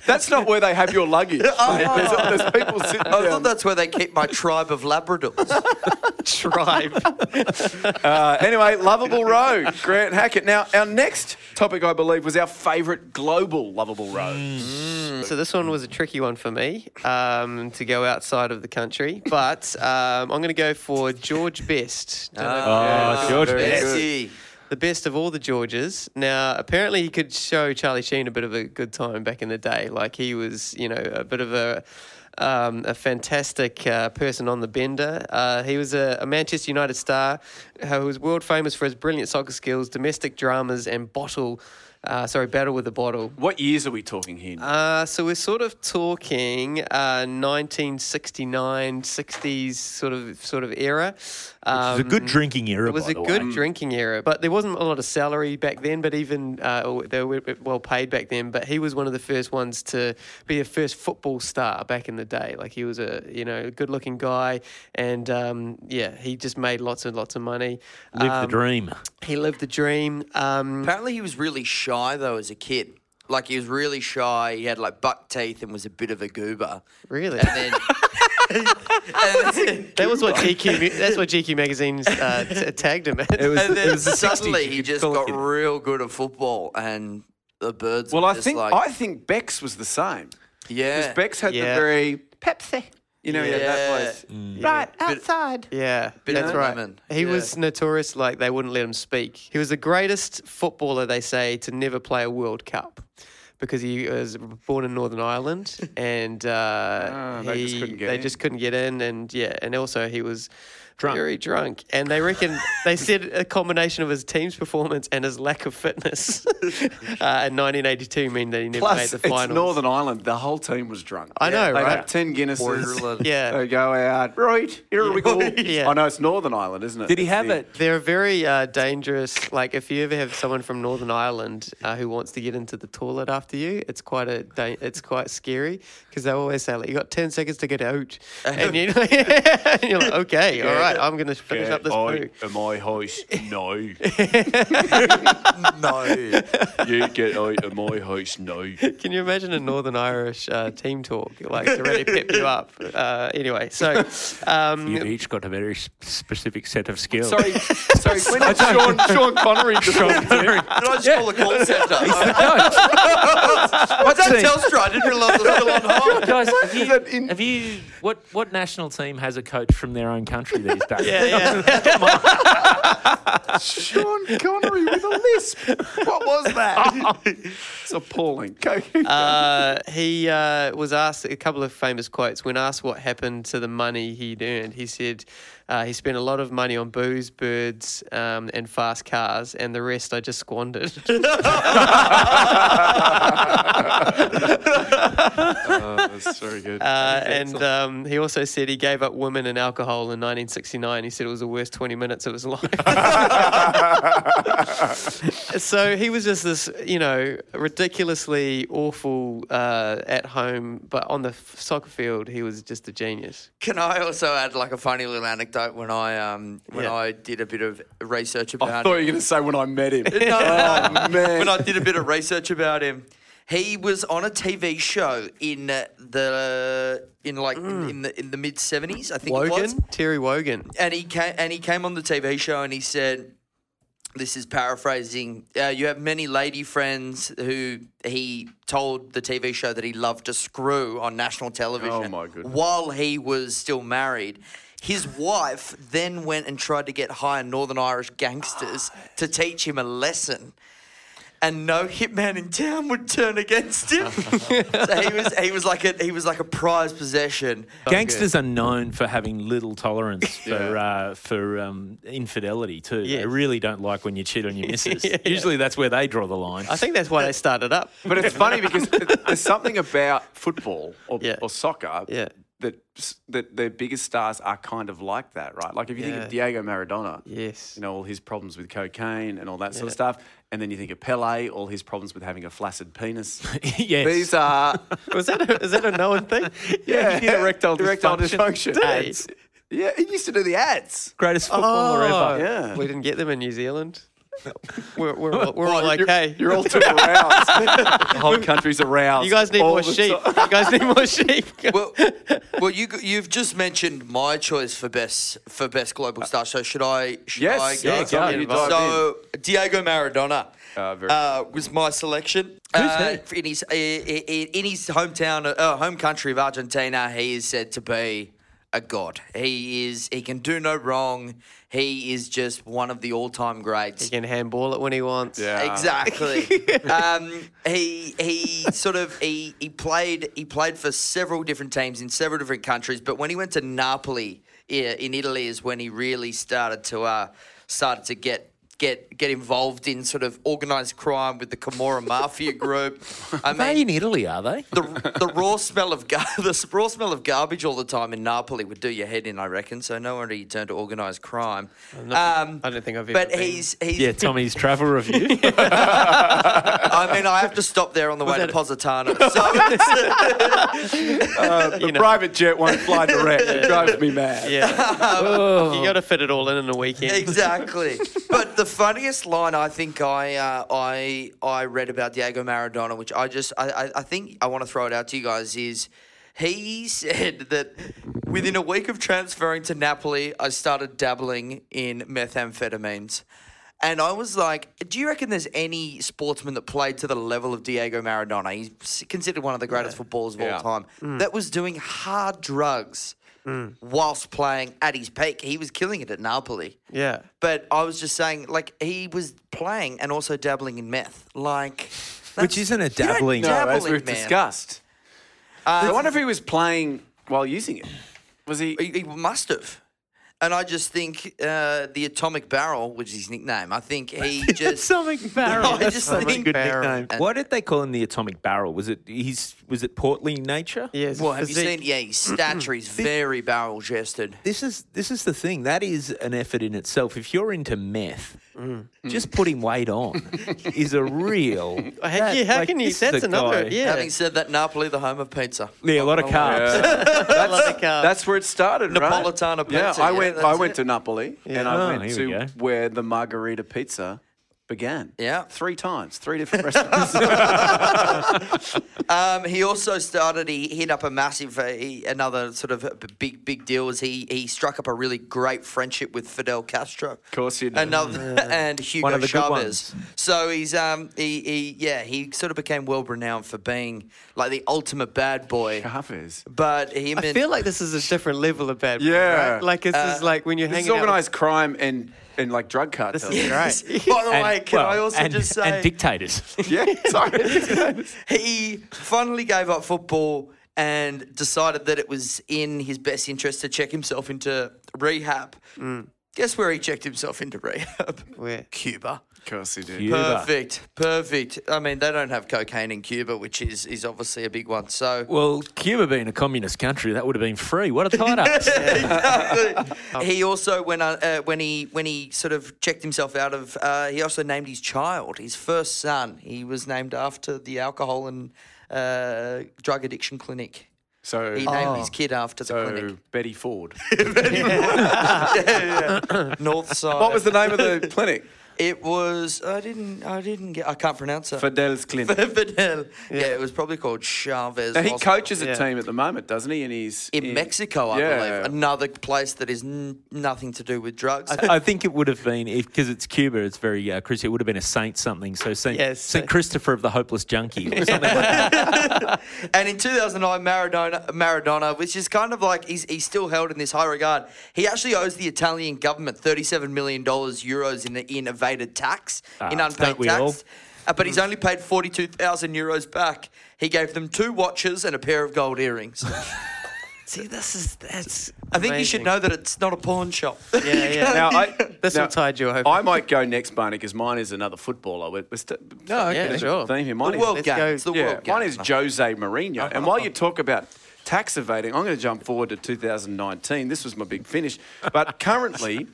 S1: That's not where they have your luggage. mate. There's, there's people sitting
S4: I
S1: down.
S4: thought that's where they keep my tribe of Labradors.
S3: Tribe.
S1: Uh, anyway, lovable road, Grant Hackett. Now, our next topic, I believe, was our favourite global lovable road.
S3: Mm. So this one was a tricky one for me um, to go outside of the country, but um, I'm going to go for George Best. Don't know if
S2: Oh,
S3: you know
S2: George
S1: very
S2: Best.
S1: good.
S4: Bessie.
S3: the best of all the Georges. Now, apparently, he could show Charlie Sheen a bit of a good time back in the day. Like he was, you know, a bit of a um, a fantastic uh, person on the bender. Uh, he was a, a Manchester United star who was world famous for his brilliant soccer skills, domestic dramas, and bottle Uh, sorry, Battle with the Bottle.
S1: What years are we talking here? Nick?
S3: Uh, so we're sort of talking uh, 1969, 60s sort of sort of era. Um,
S2: It's a good drinking era.
S3: It was
S2: by
S3: a
S2: the
S3: good
S2: way.
S3: drinking era, but there wasn't a lot of salary back then. But even uh, or they were well paid back then. But he was one of the first ones to be a first football star back in the day. Like he was a you know good looking guy, and um, yeah, he just made lots and lots of money.
S2: Live
S3: Um,
S2: the dream.
S3: He lived the dream. Um,
S4: Apparently, he was really shy though as a kid. Like he was really shy. He had like buck teeth and was a bit of a goober.
S3: really,
S4: And then,
S3: that was what GQ. That's what GQ magazines uh, t- tagged him. As.
S5: was-
S4: and then
S5: was the 60s,
S4: suddenly
S5: you
S4: he
S5: could
S4: just
S5: call it
S4: got
S5: kid.
S4: real good at football, and the birds.
S1: Well,
S4: were
S1: I
S4: just
S1: think
S4: like,
S1: I think Bex was the same.
S4: yeah,
S1: Because Bex had
S3: Yeah.
S1: the very Pepsi. You know, yeah, that
S4: Yeah.
S1: voice. Right outside.
S3: Yeah,
S4: Bit of
S3: that's
S4: a
S3: right.
S4: lemon,
S3: He
S4: yeah.
S3: was notorious, like they wouldn't let him speak. He was the greatest footballer, they say, to never play a World Cup because he was born in Northern Ireland and uh,
S1: Ah, they just
S3: he-
S1: couldn't get
S3: they
S1: in.
S3: just couldn't get in. And yeah, and also he was
S2: Drunk.
S3: very drunk. And they reckon they said a combination of his team's performance and his lack of fitness uh, in 1982 mean that he never made
S1: Plus,
S3: the
S1: it's
S3: finals.
S1: Northern Ireland. The whole team was drunk.
S3: I know,
S1: They'd
S3: right?
S1: have 10 Guinnesses.
S4: Borderline.
S3: Yeah.
S1: They go out, right, here we go.
S3: Yeah.
S1: I know, it's Northern Ireland, isn't it?
S2: Did he
S1: That's
S2: have
S1: the-
S2: it?
S3: They're very uh, dangerous. Like if you ever have someone from Northern Ireland uh, who wants to get into the toilet after you, it's quite a da- it's quite scary because they always say like you got ten seconds to get out, and, you, and you're like okay, all right, I'm gonna finish up this poo.
S1: At my house, no. you
S4: no.
S1: get out of my house, no.
S3: Can you imagine a Northern Irish uh, team talk like to really pep you up? Uh, anyway, so um,
S2: You've each got a very s- specific set of skills.
S1: Sorry, sorry. When did Sean, Sean Connery
S2: Sean Connery.
S4: Did I just call the call centre? Was that
S2: What's
S4: Telstra? I didn't realise it was still on hold.
S2: Guys, have you, have you what what national team has a coach from their own country these days?
S3: yeah, yeah.
S1: Sean Connery with a lisp. What was that? it's appalling. Go.
S3: Uh, he uh, was asked a couple of famous quotes. When asked what happened to the money he'd earned, he said uh, he spent a lot of money on booze, birds, um, and fast cars, and the rest I just squandered.
S1: Oh, that's very good.
S3: Uh, and um, he also said he gave up women and alcohol in 1969. He said it was the worst 20 minutes of his life. so he was just this, you know, ridiculously awful uh, at home, but on the f- soccer field, he was just a genius.
S4: Can I also add like a funny little anecdote when I um when
S3: Yeah.
S4: I did a bit of research about
S1: I thought you were
S4: him.
S1: going to say when I met him.
S4: No, no, no.
S1: Oh, man.
S4: When I did a bit of research about him, he was on a TV show in uh, the in like
S1: Mm.
S4: in, in the in the mid 70s, I think it was.
S3: Wogan, Terry Wogan.
S4: and he came and he came on the TV show and he said, "This is paraphrasing. Uh, you have many lady friends who he told the TV show that he loved to screw on national television.
S1: Oh, my goodness.
S4: While he was still married." His wife then went and tried to get higher Northern Irish gangsters to teach him a lesson, and no hitman in town would turn against him. so he was he was like a he was like a prized possession.
S2: Gangsters are known for having little tolerance for uh, for um, infidelity too.
S3: Yes.
S2: They really don't like when you cheat on your missus. Usually that's where they draw the line.
S3: I think that's why they started up.
S1: But it's funny because there's something about football or,
S3: Yeah.
S1: or soccer
S3: Yeah.
S1: that that their biggest stars are kind of like that, right? Like if you think of
S3: Yeah.
S1: Diego Maradona,
S3: Yes.
S1: you know all his problems with cocaine and all that sort of
S3: Yeah.
S1: stuff, and then you think of Pele, all his problems with having a flaccid penis.
S2: yes.
S1: These are
S3: Was that a, is that a known thing?
S1: yeah,
S2: erectile
S1: dysfunction.
S2: dysfunction.
S1: Ads. Yeah, he used to do the ads.
S2: Greatest footballer
S3: Oh,
S2: ever.
S1: Yeah. Oh,
S3: We didn't get them in New Zealand. We're, we're, all, we're all like,
S1: you're,
S3: hey,
S1: you're all too aroused. the whole country's aroused.
S3: you guys need
S1: all
S3: more
S1: the
S3: sheep.
S1: time.
S3: you guys need more sheep.
S4: well, well, you you've just mentioned my choice for best for best global star. So should I? Should
S1: Uh, Yes,
S4: I
S1: yeah, go,
S4: So-
S1: you dive
S4: so Diego Maradona
S1: Uh, very-
S4: uh, was my selection. Uh, in his i- i- i- in his hometown, uh, home country of Argentina, he is said to be a god. He is he can do no wrong. He is just one of the all time greats.
S3: he can handball it when he wants.
S1: Yeah.
S4: Exactly. um, he he sort of he, he played he played for several different teams in several different countries, but when he went to Napoli yeah, in Italy is when he really started to uh, started to get get get involved in sort of organised crime with the Camorra mafia group. I
S2: They in
S4: mean,
S2: Italy, are they?
S4: the, the raw smell of gar- the raw smell of garbage all the time in Napoli would do your head in, I reckon. So no wonder you turn to organised crime. Um,
S3: I don't think I've ever
S4: But
S3: been.
S4: he's he's.
S2: Yeah, Tommy's travel review.
S4: I mean, I have to stop there on the way to Positano. So,
S1: Uh, the private jet won't fly direct. It drives me mad.
S2: Oh,
S3: Yeah. you got to fit it all in in a weekend.
S4: exactly. But the funniest line I think I uh, I I read about Diego Maradona, which I just I, I, I think I want to throw it out to you guys is. He said that within a week of transferring to Napoli, I started dabbling in methamphetamines. And I was like, do you reckon there's any sportsman that played to the level of Diego Maradona? He's s- considered one of the greatest footballers of
S1: Yeah.
S4: all time. That was doing hard drugs whilst playing at his peak. He was killing it at Napoli.
S3: Yeah.
S4: But I was just saying, like, he was playing and also dabbling in meth. Like,
S2: Which
S4: that's-
S2: isn't a
S4: you don't
S2: dabbling.
S1: No,
S4: dabble
S1: as
S4: in
S1: we've
S4: meth. Uh,
S1: discussed. I wonder if he was playing while using it. Was he?
S4: He, he must have. And I just think uh, the Atomic Barrel, which is his nickname, I think he just.
S2: Atomic barrel.
S4: I just think.
S3: good nickname.
S2: Why did they call him the atomic barrel? Was it his? Was it portly nature?
S3: Yeah, his
S4: Well, have you
S3: physique.
S4: seen? Yeah, his stature. He's very barrel chested.
S2: This is this is the thing. That is an effort in itself. If you're into meth, just putting weight on is a real.
S3: Hey, yeah, how
S2: like,
S3: can you?
S2: this is
S3: That's
S2: a
S3: another.
S2: guy-
S3: Yeah.
S4: Having said that, Napoli, the home of pizza.
S2: Yeah, a lot of
S4: Oh,
S2: carbs.
S3: That's, like, uh,
S1: That's where it started, right?
S4: Napolitana
S1: Yeah,
S4: pizza,
S1: I
S4: yeah,
S1: went. I
S4: that's
S1: went
S4: it.
S1: to Napoli, and I
S2: Oh,
S1: went
S2: here we
S1: to
S2: go.
S1: where the margarita pizza began.
S4: Yeah.
S1: three times, three different restaurants.
S4: Um, he also started. He hit up a massive, uh, he, another sort of a b- big, big deal. Was he? He struck up a really great friendship with Fidel Castro. Of
S1: course he did.
S4: Another and Hugo
S2: One of the good
S4: Chavez. So he's um he, he yeah he sort of became world renowned for being like the ultimate bad boy.
S1: Cafes.
S4: But him
S3: I
S4: and
S3: feel like this is a different level of bad.
S1: Yeah. Uh,
S3: Right? Like this is like when you're
S1: This is
S3: hanging out. with-
S1: organised crime and and like drug cartels.
S3: is
S4: Yes.
S3: Right.
S4: By the
S2: And-
S4: way, can I
S2: well,
S4: also
S2: and-
S4: just say
S2: and dictators?
S1: yeah, sorry.
S4: he finally gave up football and decided that it was in his best interest to check himself into rehab. Guess where he checked himself into rehab?
S3: Where?
S4: Cuba.
S1: of course he did.
S2: You- Cuba.
S4: Perfect, perfect. I mean, they don't have cocaine in Cuba, which is is obviously a big one. So
S2: Well, Cuba being a communist country, that would have been free. What a tight ass.
S4: he also when uh, uh, when he when he sort of checked himself out of uh, he also named his child his first son he was named after the alcohol and uh, drug addiction clinic
S1: So,
S4: he named his kid after the
S1: so
S4: clinic
S1: Betty Ford.
S4: north side
S1: what was the name of the clinic?
S4: it was i didn't i didn't get i can't pronounce it
S1: Fidel's clinic.
S4: Fidel. Yeah. it was probably called Chavez.
S1: Now, he
S4: Hospital.
S1: coaches a
S3: Yeah.
S1: team at the moment, doesn't he? And he's
S4: in Mexico, I
S1: Yeah.
S4: believe. Another place that is n- nothing to do with drugs.
S2: I think it would have been because it's Cuba. It's very uh, Christian. It would have been a saint something. So Saint,
S3: Yes.
S2: saint Christopher of the Hopeless Junkie or something like that.
S4: And in 2009, Maradona, Maradona, which is kind of like he's, he's still held in this high regard, he actually owes the Italian government 37 million dollars euros in in evaded tax, in
S2: Ah,
S4: unpaid
S2: don't we
S4: tax.
S2: all?
S4: Uh, but he's only paid 42,000 euros back. He gave them two watches and a pair of gold earrings.
S3: See, this is that's.
S4: I think you should
S3: amazing.
S4: know that it's not a pawn shop.
S3: Yeah, yeah.
S1: Now, I,
S3: This
S1: now,
S3: will tide you over.
S1: I might go next, Barney, because mine is another footballer. We're, we're st- no,
S3: okay. Yeah, sure.
S1: Theme here. Mine
S4: the
S1: is-
S4: world
S3: let's
S4: game.
S3: go.
S4: It's the
S1: yeah,
S4: world game.
S1: mine is Jose Mourinho. And while you talk about tax evading, I'm going to jump forward to 2019. This was my big finish. But currently,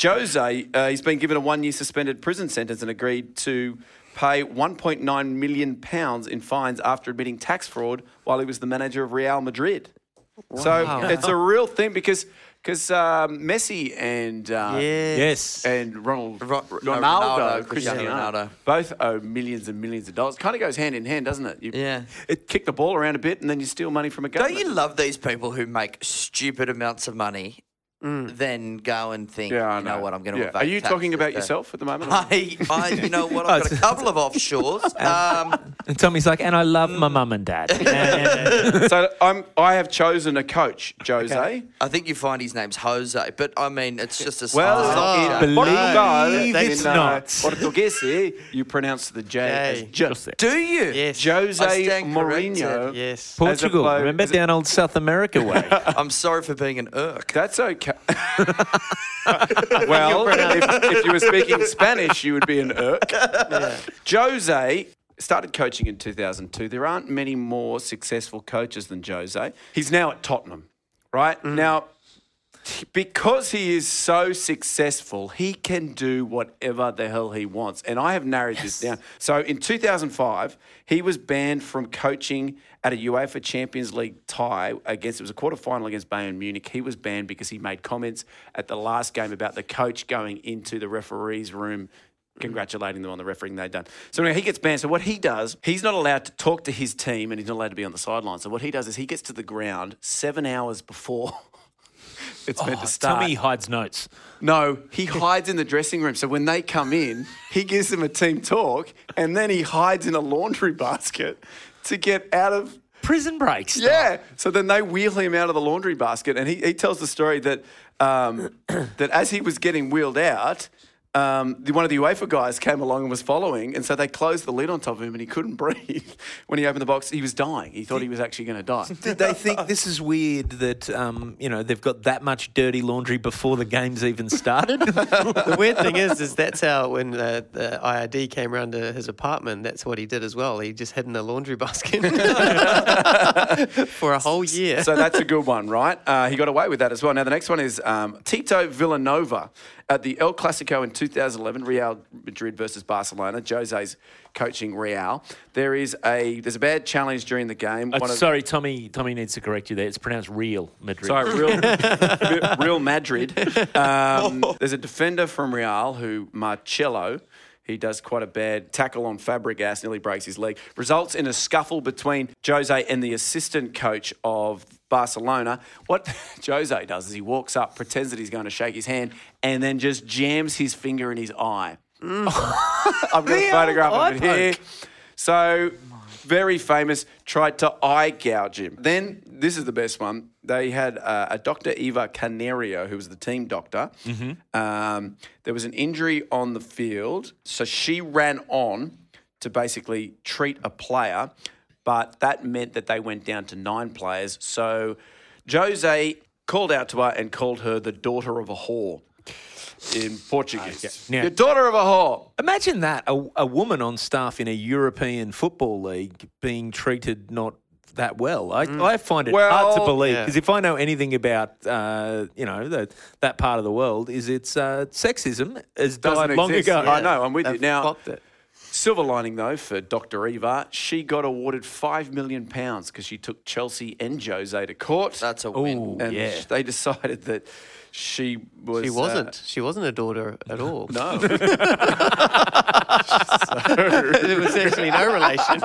S1: Jose, uh, he's been given a one-year suspended prison sentence and agreed to pay 1.9 million pounds in fines after admitting tax fraud while he was the manager of Real Madrid. So it's a real thing because because um, Messi and uh,
S3: Yeah.
S2: Yes.
S1: and Ronald
S4: Ro-
S1: Ronaldo,
S4: no,
S1: Cristiano
S4: Ronaldo, Cristiano
S1: Ronaldo,
S4: Ronaldo.
S1: both owe millions and millions of dollars. Kind of goes hand in hand, doesn't it? You
S4: Yeah.
S1: It kick the ball around a bit, and then you steal money from a
S4: Don't
S1: government.
S4: you love these people who make stupid amounts of money, then go and think,
S1: Mm. yeah, I
S4: you know, what, I'm going to
S1: Yeah. Are you talking about yourself at the moment?
S4: I, I, you know what, I've got a couple of offshores. Um,
S2: and Tommy's like, and I love my mum and dad. And- and-
S1: so I'm, I have chosen a coach, Jose.
S4: I think you find his name's Jose, but I mean, it's just a
S1: Well,
S4: side
S1: in
S4: joke.
S2: believe
S1: Portugal,
S2: it's
S1: in, uh,
S2: not.
S1: Portuguese, you pronounce the J as
S3: J.
S1: J.
S2: Just it.
S4: do you?
S3: Yes.
S4: I
S1: Jose
S4: stand
S1: Mourinho.
S4: corrected.
S3: Yes.
S1: as a
S2: Portugal,
S1: bloke-
S2: remember down old South America way.
S4: I'm sorry for being an irk.
S1: That's okay. well, if, if you were speaking Spanish, you would be an irk. Jose started coaching in 2002. There aren't many more successful coaches than Jose. He's now at Tottenham, right? Now, t- because he is so successful, he can do whatever the hell he wants. And I have narrowed this down. So in 2005, he was banned from coaching at a UEFA Champions League tie against, it was a quarterfinal against Bayern Munich. He was banned because he made comments at the last game about the coach going into the referee's room congratulating them on the refereeing they'd done. So anyway, he gets banned. So what he does, he's not allowed to talk to his team and he's not allowed to be on the sideline. So what he does is he gets to the ground seven hours before it's meant to start.
S2: Oh, Tommy hides notes.
S1: No, he hides in the dressing room. So when they come in, he gives them a team talk and then he hides in a laundry basket to get out of
S2: Prison breaks.
S1: yeah. So then they wheel him out of the laundry basket, and he, he tells the story that um, that as he was getting wheeled out, um, the, one of the UEFA guys came along and was following, and so they closed the lid on top of him, and he couldn't breathe. When he opened the box, he was dying. He thought he was actually going to die.
S2: Did they think this is weird that um, you know they've got that much dirty laundry before the game's even started?
S3: the weird thing is, is that's how when the, the IRD came round to his apartment, that's what he did as well. He just hid in the laundry basket for a whole year.
S1: So that's a good one, right? Uh, he got away with that as well. Now, the next one is um, Tito Villanova at the El Clasico in 2011, Real Madrid versus Barcelona. Jose's coaching Real. There is a there's a bad challenge during the game.
S2: Uh,
S1: One of-
S2: sorry, Tommy. Tommy needs to correct you there. It's pronounced real Madrid.
S1: Sorry, Real, Real Madrid. Um, there's a defender from Real who, Marcello, he does quite a bad tackle on Fabregas, nearly breaks his leg. Results in a scuffle between Jose and the assistant coach of Barcelona. What Jose does is he walks up, pretends that he's going to shake his hand, and then just jams his finger in his eye. I've got a photograph of it here. So very famous, tried to eye gouge him. Then this is the best one. They had uh, a Dr. Eva Canario, who was the team doctor. Um, there was an injury on the field, so she ran on to basically treat a player, but that meant that they went down to nine players. So Jose called out to her and called her the daughter of a whore in Portuguese.
S2: Now-
S1: Your daughter of a whore.
S2: Imagine that a, a woman on staff in a European football league being treated not that well. I, I find it hard to
S1: Mm. Well,
S2: believe
S3: yeah.
S2: because if I know anything about uh, you know the, that part of the world, is it's uh, sexism has died
S1: Doesn't
S2: long
S1: exist.
S2: ago.
S1: I know. I'm with you
S3: They've
S1: now.
S3: flopped it.
S1: Silver lining though for Dr. Eva, she got awarded five million pounds because she took Chelsea and Jose to court,
S4: That's a win.
S2: Ooh.
S1: and
S2: yeah.
S1: they decided that she was.
S3: She
S1: uh,
S3: wasn't. she wasn't a daughter at all.
S1: no.
S3: there was actually no relation.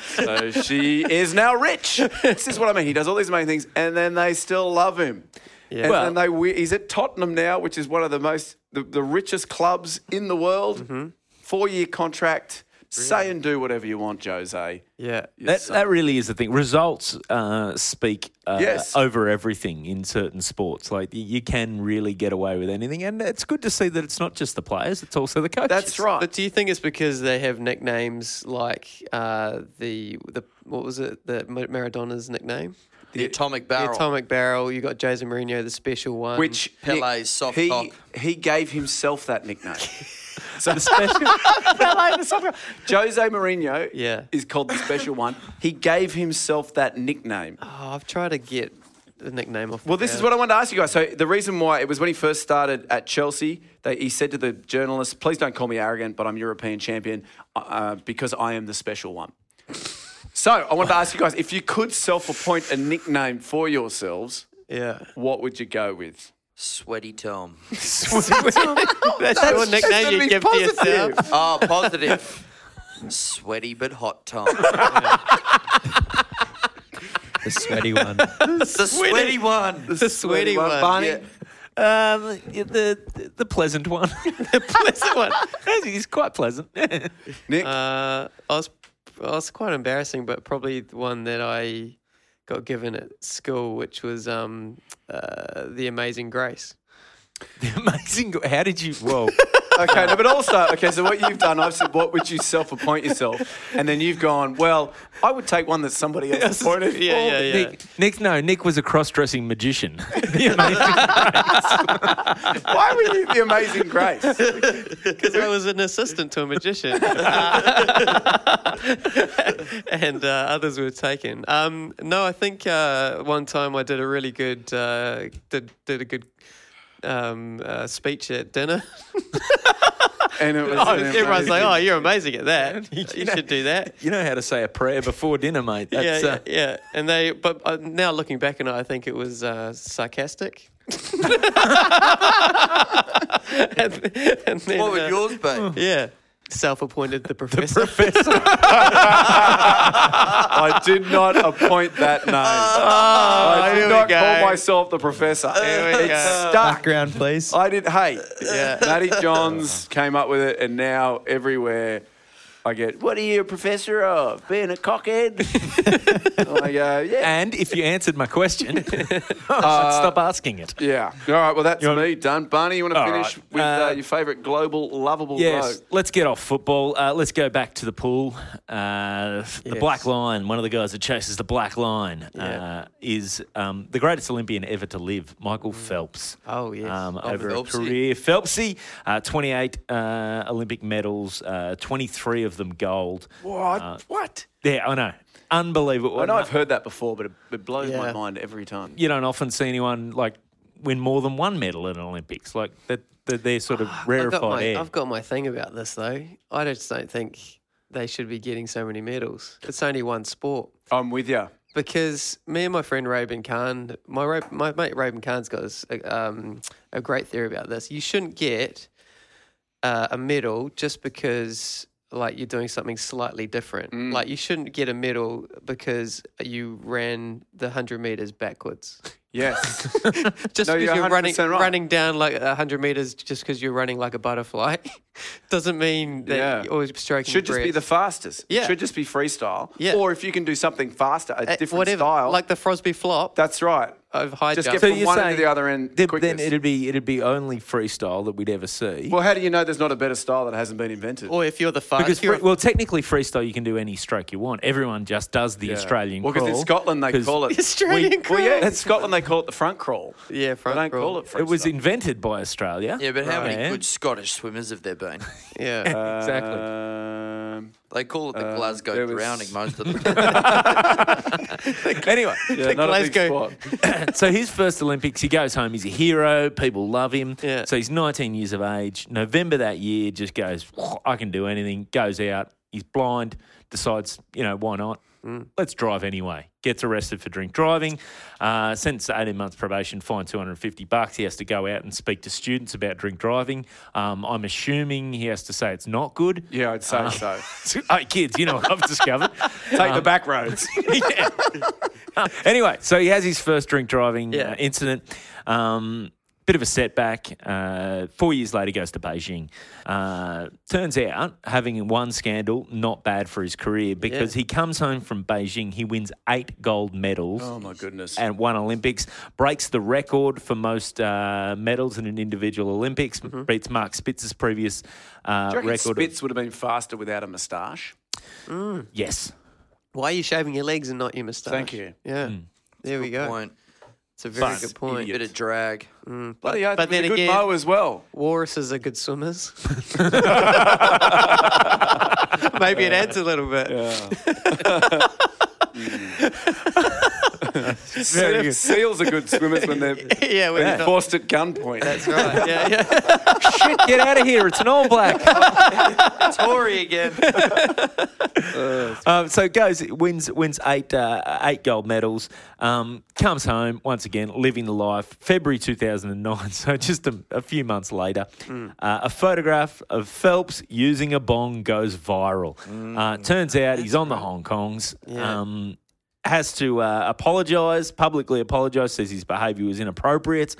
S1: so she is now rich. This is what I mean. He does all these amazing things, and then they still love him. And
S3: Well-
S1: then they we- he's at Tottenham now, which is one of the most the, the richest clubs in the world.
S3: Mm-hmm.
S1: Four year contract. Say and do whatever you want, Jose.
S3: Yeah.
S2: That, that really is the thing. Results uh, speak uh,
S1: Yes.
S2: over everything in certain sports. Like y- you can really get away with anything, and it's good to see that it's not just the players; it's also the coaches.
S1: That's right.
S3: But do you think it's because they have nicknames like uh, the the what was it the Ma- Maradona's nickname?
S4: The atomic barrel.
S3: The atomic barrel. You got Jose Mourinho, the special one.
S1: Which
S4: Pele's
S1: Nick-
S4: soft
S1: Um, he,
S4: cock.
S1: He gave himself that nickname.
S2: So the special.
S1: Jose Mourinho
S3: Yeah.
S1: is called the special one. He gave himself that nickname.
S3: oh, I've tried to get the nickname off.
S1: Well, this is what I wanted to ask you guys. So the reason why it was when he first started at Chelsea, they, he said to the journalist, "Please don't call me arrogant, but I'm European champion uh, because I am the special one." So I wanted to ask you guys if you could self-appoint a nickname for yourselves,
S3: Yeah.
S1: what would you go with?
S4: Sweaty Tom.
S3: That's your nickname you give to yourself.
S4: Oh, positive. Sweaty but hot Tom.
S5: The sweaty one.
S4: the sweaty one.
S3: The sweaty one.
S1: Barney.
S3: Yeah.
S2: Um, yeah, the, the the pleasant one. the pleasant one. He's quite pleasant.
S1: Nick,
S3: Uh, I was I was quite embarrassing, but probably the one that I got given at school, which was um, uh, the Amazing Grace.
S2: Amazing. How did you? Whoa.
S1: Okay, no, but also, okay, so what you've done, I've said, what would you self appoint yourself? And then you've gone, well, I would take one that somebody else appointed.
S3: Yeah,
S1: for
S3: yeah,
S1: me."
S3: yeah.
S2: Nick, Nick, no, Nick was a cross-dressing magician. You know?
S1: Why were you the amazing grace?
S3: Because I was an assistant to a magician. and uh, others were taken. Um, no, I think uh, one time I did a really good, uh, did, did a good um, uh, speech at dinner.
S1: And it was.
S3: Oh,
S1: an
S3: everyone's like,
S1: amazing-
S3: oh, you're amazing at that. You should do that.
S2: you know how to say a prayer before dinner, mate.
S3: Yeah,
S2: That's,
S3: yeah,
S2: uh,
S3: yeah. And they, but uh, now looking back on it, I think it was uh, sarcastic. and, and then,
S4: What would
S3: uh,
S4: yours be?
S3: Yeah. Self appointed the professor.
S1: I did not appoint that name. I
S3: Oh, here
S1: did
S3: we
S1: not
S3: go.
S1: call myself the professor.
S3: Here we
S1: It's
S3: go.
S1: stuck.
S5: Background, please.
S1: I did. Hey,
S3: Yeah.
S1: Matty Johns came up with it, and now everywhere I get, "What are you a professor of? Being a cockhead?" I go, "Yeah,
S2: And if you answered my question, I should
S5: Uh,
S2: stop asking it.
S1: yeah." All right, well that's
S2: You want-
S1: me done. Barney, you want to
S2: All
S1: finish
S2: right.
S1: with uh,
S2: Uh,
S1: your favourite global lovable
S2: Yes,
S1: bloke?
S2: let's get off football. Uh, let's go back to the pool. Uh, The black line, one of the guys that chases the black line, uh, is um, the greatest Olympian ever to live, Michael Phelps.
S3: Oh, yes.
S2: um,
S4: Oh,
S2: over
S4: Phelpsy.
S2: a career, Phelpsy, uh, twenty-eight uh, Olympic medals, uh, twenty-three of them gold. Uh,
S1: What? what?
S2: Yeah, I know, unbelievable.
S1: I know I've heard that before, but it, it blows my
S3: Yeah.
S1: mind every time.
S2: you don't often see anyone like win more than one medal at an Olympics. Like that, that they're sort of
S3: I've
S2: rarefied
S3: got, my,
S2: air.
S3: I've got my thing about this though. I just don't think they should be getting so many medals. It's only one sport.
S1: I'm with you.
S3: Because me and my friend Rabin Khan, my Ra- my mate Rabin Khan's got this, uh, um, a great theory about this. You shouldn't get uh, a medal just because like you're doing something slightly different.
S1: Mm.
S3: Like you shouldn't get a medal because you ran the hundred meters backwards.
S1: Yes.
S3: just
S1: No,
S3: because
S1: you're
S3: you're, running
S1: 100% right.
S3: running down like hundred meters, just because you're running like a butterfly, doesn't mean that
S1: Yeah.
S3: you're always stroking.
S1: Should
S3: your
S1: just be the
S3: breath.
S1: fastest. It
S3: Yeah.
S1: Should just be freestyle.
S3: Yeah.
S1: Or if you can do something faster, a
S3: Uh,
S1: different
S3: whatever,
S1: style.
S3: like the Frosby flop
S1: that's right. Uh,
S3: of high
S1: Just
S3: jump.
S1: get from one end to the other end
S2: Then,
S1: quickest.
S2: then it'd be it'd be only freestyle that we'd ever see.
S1: well, how do you know there's not a better style that hasn't been invented?
S3: or if you're the fast,
S2: because
S3: if you're
S2: free, well, technically freestyle you can do any stroke you want. Everyone just does the Australian
S1: Well,
S2: crawl.
S1: because in Scotland they
S2: 'cause
S1: call it
S3: Australian
S1: we- Well, yeah,
S3: crawl.
S1: in Scotland they call it the front crawl.
S3: Yeah, front
S1: They don't
S3: crawl.
S1: call it freestyle.
S2: It was invented by Australia.
S4: Yeah, but how
S2: Right.
S4: many good Scottish swimmers have there been?
S3: yeah,
S2: exactly.
S1: Um,
S4: They call it the
S1: Um,
S4: Glasgow
S1: there was-
S4: drowning most of them.
S2: anyway,
S1: yeah, not a big
S3: Glasgow-
S1: spot.
S2: so his first Olympics, he goes home. He's a hero. People love him.
S3: Yeah.
S2: So he's 19 years of age. November that year, just goes, I can do anything. Goes out. He's blind. Decides, you know, why not? Let's drive anyway. Gets arrested for drink driving. Uh, sentenced to 18 months probation. Fined 250 bucks. He has to go out and speak to students about drink driving. Um, I'm assuming he has to say it's not good.
S1: Yeah, I'd
S3: Ah.
S1: say so.
S2: hey kids, you know what I've discovered?
S1: Take the back roads.
S2: yeah. anyway, so he has his first drink driving
S3: Yeah.
S2: uh, incident. Um, bit of a setback. Uh, four years later, goes to Beijing. Uh, turns out having one scandal not bad for his career because he comes home from Beijing. He wins eight gold medals
S1: oh my goodness.
S2: and won Olympics, breaks the record for most uh, medals in an individual Olympics, beats Mark Spitzer's previous uh,
S1: Mm-hmm. do you reckon
S2: record. of-
S1: Spitz would have been faster without a moustache?
S2: yes.
S3: why are you shaving your legs and not your moustache?
S1: Thank you.
S3: Yeah,
S2: Hmm.
S3: there we go.
S4: Point.
S3: It's a very good point.
S4: Bit of drag.
S1: Bloody oath, it
S3: but
S1: was
S3: then
S1: a good
S3: again-
S1: mow as well.
S3: Walruses are good swimmers. Maybe it adds a little bit.
S1: Se- Seals are good swimmers when they're
S3: Yeah, when you're not-
S1: forced at gunpoint.
S3: that's right. Yeah, yeah.
S2: Shit, get out of here. It's an all black.
S4: Tory again.
S2: Um, so goes wins wins eight uh, eight gold medals. Um, comes home once again, living the life. February two thousand and nine. So just a, a few months later, uh, a photograph of Phelps using a bong goes viral. Uh, turns out he's on the Hong Kongs. Um, has to uh, apologize publicly. Apologize says his behaviour was inappropriate.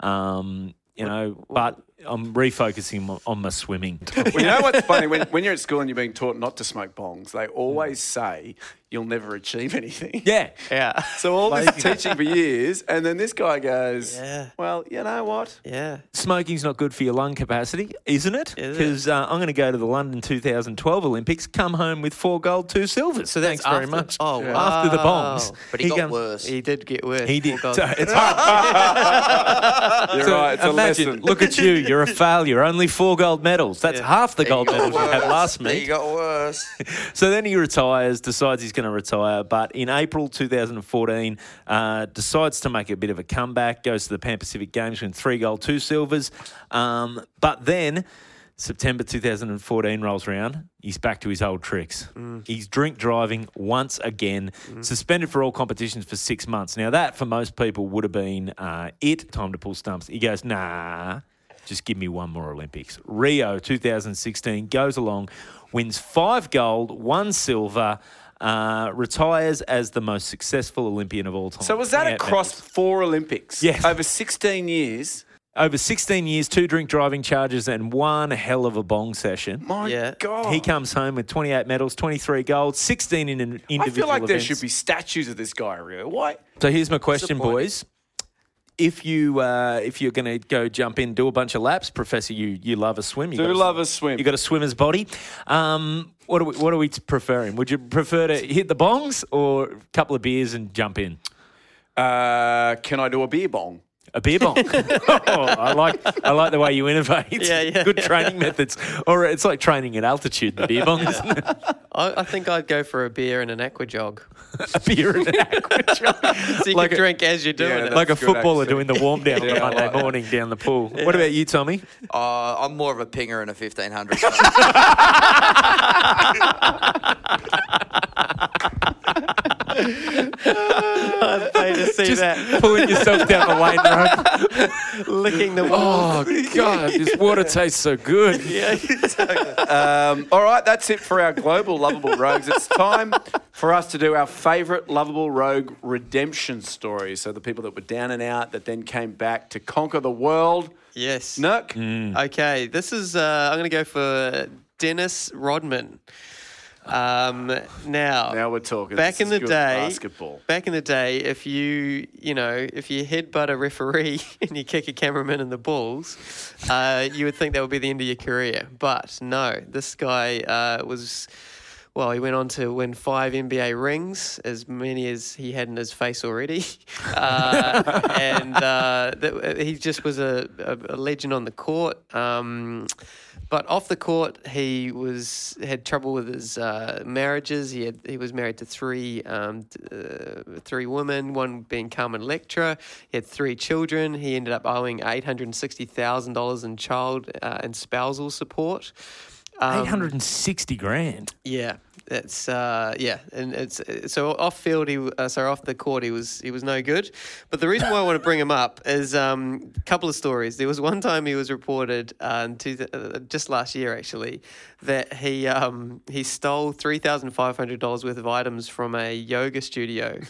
S2: Um, you know, but I'm refocusing on- on my swimming.
S1: Well, you know what's funny? When, when you're at school and you're being taught not to smoke bongs, they always say you'll never achieve anything.
S2: yeah.
S3: Yeah.
S1: So all this teaching for years, and then this guy goes,
S3: Yeah.
S1: "Well, you know what?
S3: Yeah.
S2: Smoking's not good for your lung capacity, isn't it?
S3: Is it?
S2: Because uh, I'm going to go to the London 2012 Olympics, come home with four gold, two silvers. So thanks very
S3: after-
S2: much.
S3: oh, Yeah.
S2: after the
S3: wow.
S2: bombs,
S4: But he, got
S2: comes-
S4: worse.
S3: He did get worse.
S2: He did.
S3: Poor guy.
S2: So it's hard.
S1: You're
S2: So
S1: right. It's
S2: imagine,
S1: a lesson."
S2: look at you. You're a failure. Only four gold medals. That's
S3: Yeah.
S2: half the
S4: He
S2: gold
S4: got
S2: medals you had
S4: worse.
S2: last
S4: He
S2: meet.
S4: got worse.
S2: So then he retires, decides he's going to retire, but in April 2014, uh, decides to make a bit of a comeback, goes to the Pan Pacific Games, wins three gold, two silvers. Um, but then September 2014 rolls around, he's back to his old tricks. He's drink driving once again, suspended for all competitions for six months. Now, that for most people would have been uh, it, time to pull stumps. He goes, nah. Just give me one more Olympics. Rio 2016 goes along, wins five gold, one silver, uh, retires as the most successful Olympian of all time.
S1: So was that
S2: 28
S1: across
S2: medals.
S1: four Olympics?
S2: Yes.
S1: Over 16 years.
S2: over 16 years, two drink driving charges, and one hell of a bong session?
S1: My
S3: Yeah.
S1: God.
S2: He comes home with 28 medals, 23 gold, 16 in an individual.
S1: I feel like there
S2: events.
S1: should be statues of this guy, really. Why?
S2: So here's my question,
S4: Disappointing.
S2: boys. If you uh, if you're going to go jump in, do a bunch of laps, Professor, you you love a swim. You
S1: Do
S2: gotta-
S1: love a swim.
S2: You got a swimmer's body. Um, what are we what are we preferring? Would you prefer to hit the bongs or a couple of beers and jump in?
S1: Uh, can I do a beer bong?
S2: A beer bong. Oh, I like I like the way you innovate.
S3: Yeah, yeah,
S2: Good
S3: yeah.
S2: training methods. Or it's like training at altitude. The beer bong, isn't it?
S3: I, I think I'd go for a beer and an aqua jog.
S2: A beer and an aqua jog.
S3: So you
S2: Like a-
S3: can drink as you're doing
S1: Yeah,
S3: it.
S1: that-
S2: like a
S1: good,
S2: footballer
S1: actually.
S2: doing the warm down on
S1: Yeah,
S2: a
S1: I
S2: Monday
S1: like that.
S2: morning down the pool. What about you, Tommy?
S4: Uh, I'm more of a pinger and a 1500.
S3: I'd pay to see
S2: just
S3: that.
S2: pulling yourself down the lane road.
S3: Licking the
S2: Oh.
S3: wall.
S2: God, this water tastes so good.
S1: Um, all right, that's it for our global lovable rogues. It's time for us to do our favourite lovable rogue redemption story. So the people that were down and out that then came back to conquer the world.
S3: Yes.
S1: Nook.
S3: Mm.
S2: Hmm.
S3: Okay, this is. Uh, I'm going to go for Dennis Rodman. Um, now,
S1: Now we're talking.
S3: Back
S1: This is
S3: in the
S1: good
S3: day,
S1: basketball.
S3: Back in the day, if you you know if you headbutt a referee and you kick a cameraman in the balls, uh, you would think that would be the end of your career. But no, this guy uh, was. Well, he went on to win five NBA rings, as many as he had in his face already, uh, and uh, that, he just was a, a, a legend on the court. Um, but off the court, he was had trouble with his uh, marriages. He had he was married to three um, d- uh, three women, one being Carmen Electra. He had three children. He ended up owing eight hundred and sixty thousand dollars in child uh, and spousal support. Um,
S2: Eight hundred and sixty grand.
S3: yeah, that's uh, yeah, and it's so off field. He uh, sorry off the court. He was he was no good. But the reason why I want to bring him up is um, a couple of stories. There was one time he was reported uh, in two, uh, just last year actually that he um, he stole three thousand five hundred dollars worth of items from a yoga studio.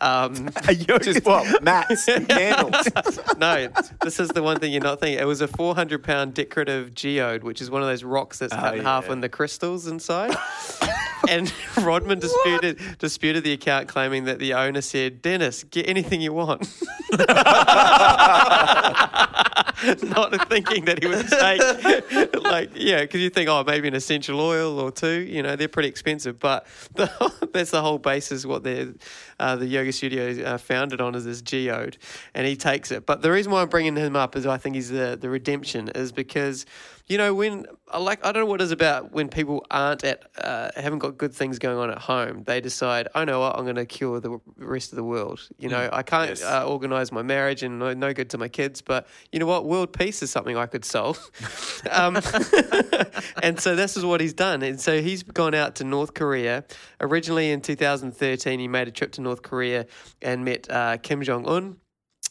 S3: um,
S1: Which is what? Mats and candles.
S3: no, this is the one thing you're not thinking. It was a 400 pound decorative geode, which is one of those rocks that's cut in half
S1: yeah.
S3: and the crystals inside. and Rodman disputed disputed the account, claiming that the owner said, "Dennis, get anything you want." not thinking that he would take like yeah because you think oh maybe an essential oil or two you know they're pretty expensive but the, that's the whole basis what they're uh, the yoga studio is uh, founded on is this geode and he takes it but the reason why i'm bringing him up is i think he's the, the redemption is because you know when I like i don't know what it is about when people aren't at uh, haven't got good things going on at home they decide oh no what i'm going to cure the rest of the world you know i can't
S1: Yes.
S3: uh, organize my marriage and no, no good to my kids. But you know what? World peace is something I could solve. um, and so this is what he's done. And so he's gone out to North Korea. Originally in 2013, he made a trip to North Korea and met uh, Kim Jong Un.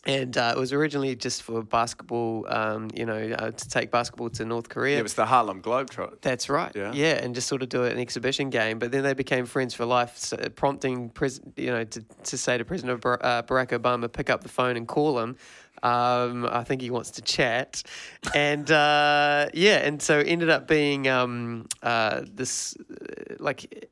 S3: And uh, it was originally just for basketball, um, you know, uh, to take basketball to North Korea.
S1: It was the Harlem Globetrotters.
S3: That's right.
S1: Yeah.
S3: Yeah. and just sort of do an exhibition game. But then they became friends for life, so prompting pres- you know to, to say to President Bar- uh, Barack Obama, pick up the phone and call him. Um, I think he wants to chat, and uh, yeah, and so ended up being um, uh, this uh, like.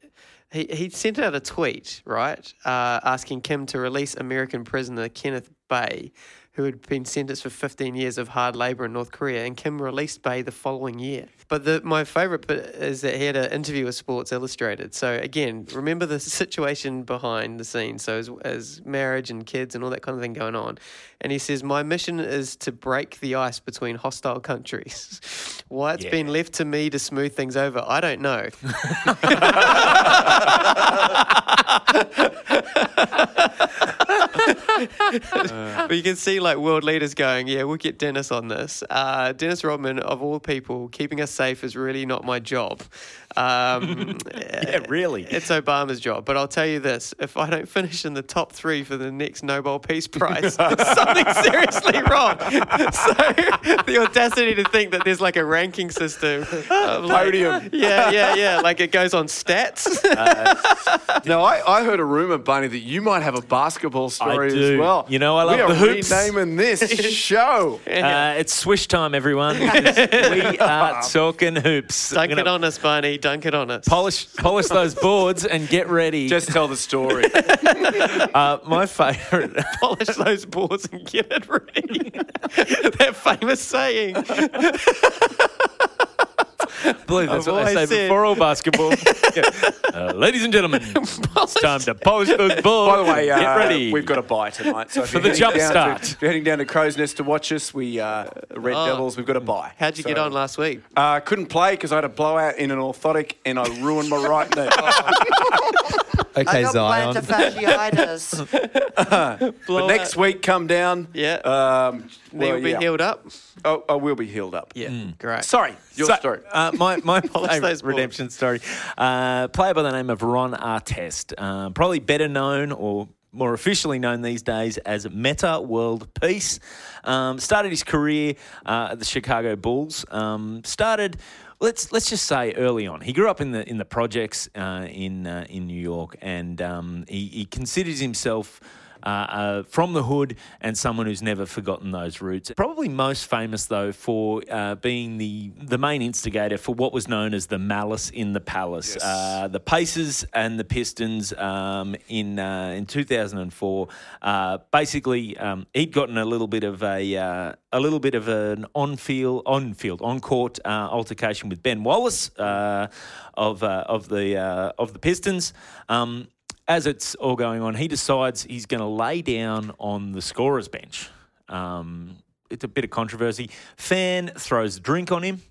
S3: He, he sent out a tweet, right, uh, asking Kim to release American prisoner Kenneth Bay, who had been sentenced for 15 years of hard labor in North Korea, and Kim released Bay the following year. But the, my favorite bit is that he had an interview with Sports Illustrated. So, again, remember the situation behind the scenes. So, as, as marriage and kids and all that kind of thing going on. And he says, My mission is to break the ice between hostile countries. Why it's been left to me to smooth things over, I don't know. but you can see like world leaders going, yeah, we'll get Dennis on this. Uh, Dennis Rodman, of all people, keeping us safe is really not my job. Um, yeah,
S2: really.
S3: It's Obama's job. But I'll tell you this if I don't finish in the top three for the next Nobel Peace Prize, something's seriously wrong. so the audacity to think that there's like a ranking system. of, like-
S1: Podium.
S3: yeah, yeah, yeah. Like it goes on stats.
S1: Now, I, I heard a rumor, Barney, that you might have a basketball story as
S2: do.
S1: well.
S2: You know, I love
S1: we are
S2: the hoops.
S1: renaming this show.
S2: Uh, it's swish time, everyone. 'cause we are talking hoops.
S3: dunk
S2: We're
S3: it
S2: gonna
S3: on us, Barney. Dunk it on us.
S2: Polish, polish those boards and get ready.
S1: Just tell the story.
S2: uh, my favourite.
S3: polish those boards and get it ready. that famous saying.
S2: oh, I believe that's
S3: I've
S2: what they say
S3: always said-
S2: before all basketball. Yeah. uh, ladies and gentlemen, it's time to polish those boards.
S1: By the way, uh,
S2: get ready.
S1: we've got a buy tonight. So if
S2: For
S1: you're
S2: the
S1: heading
S2: jump
S1: down to-
S2: start.
S1: if you're heading down to Crow's Nest to watch us, we uh, the
S2: Oh.
S1: Red Devils, we've got a buy.
S3: How'd you get on last week?
S1: Uh, couldn't play because I had a blowout in an orthotic and I ruined my right knee.
S5: Okay, Zion.
S4: fasciitis.
S1: but next week, come down.
S3: Yeah.
S1: Um,
S3: Knee
S1: well,
S3: will be
S1: yeah. Mm.
S3: healed up.
S1: Oh, I will be healed up.
S3: Yeah, great.
S1: Sorry, your
S2: So,
S1: story.
S2: Uh, my my
S3: those
S2: favourite redemption story. Uh, player by the name of Ron Artest, um, probably better known or more officially known these days as Meta World Peace. Um, started his career uh, at the Chicago Bulls. Um, started. Let's let's just say early on, he grew up in the in the projects uh, in uh, in New York, and um, he, he considers himself uh, uh, from the hood and someone who's never forgotten those roots. Probably most famous though for uh, being the the main instigator for what was known as the malice in the palace. Uh, the Pacers and the Pistons um, in uh, in 2004. Uh, basically, um, he'd gotten a little bit of a uh, a little bit of an on field on field on court uh, altercation with Ben Wallace uh, of uh, of the uh, of the Pistons. Um, as it's all going on, he decides he's going to lay down on the scorer's bench. Um, it's a bit of controversy. Fan throws a drink on him.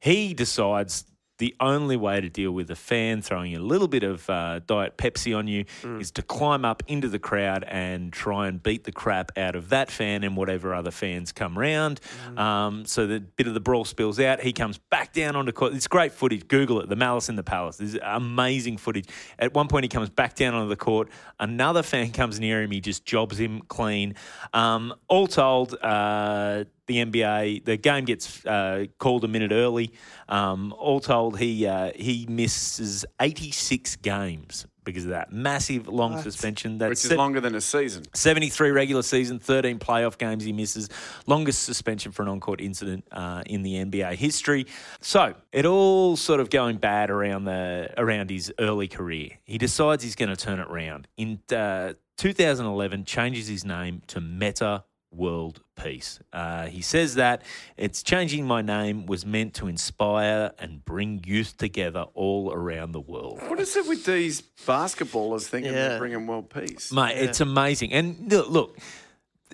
S2: He decides the only way to deal with a fan throwing a little bit of uh, Diet Pepsi on you is to climb up into the crowd and try and beat the crap out of that fan and whatever other fans come round. Um, so the bit of the brawl spills out. He comes back down onto court. It's great footage. Google it. The Malice in the Palace. There's amazing footage. At one point, he comes back down onto the court. Another fan comes near him. He just jobs him clean. Um, all told, uh, the NBA, the game gets uh, called a minute early. Um, all told, he uh, he misses 86 games because of that massive long suspension. That's
S1: Which is
S2: se-
S1: longer than a season.
S2: 73 regular season, 13 playoff games he misses, longest suspension for an on-court incident uh, in the NBA history. So it all sort of going bad around the around his early career. He decides he's going to turn it round. In uh, 2011, changes his name to Meta World Peace. Uh, he says that it's changing my name was meant to inspire and bring youth together all around the world.
S1: What is it with these basketballers thinking
S3: Yeah.
S1: they're bringing world peace?
S2: Mate, it's amazing. And look, look,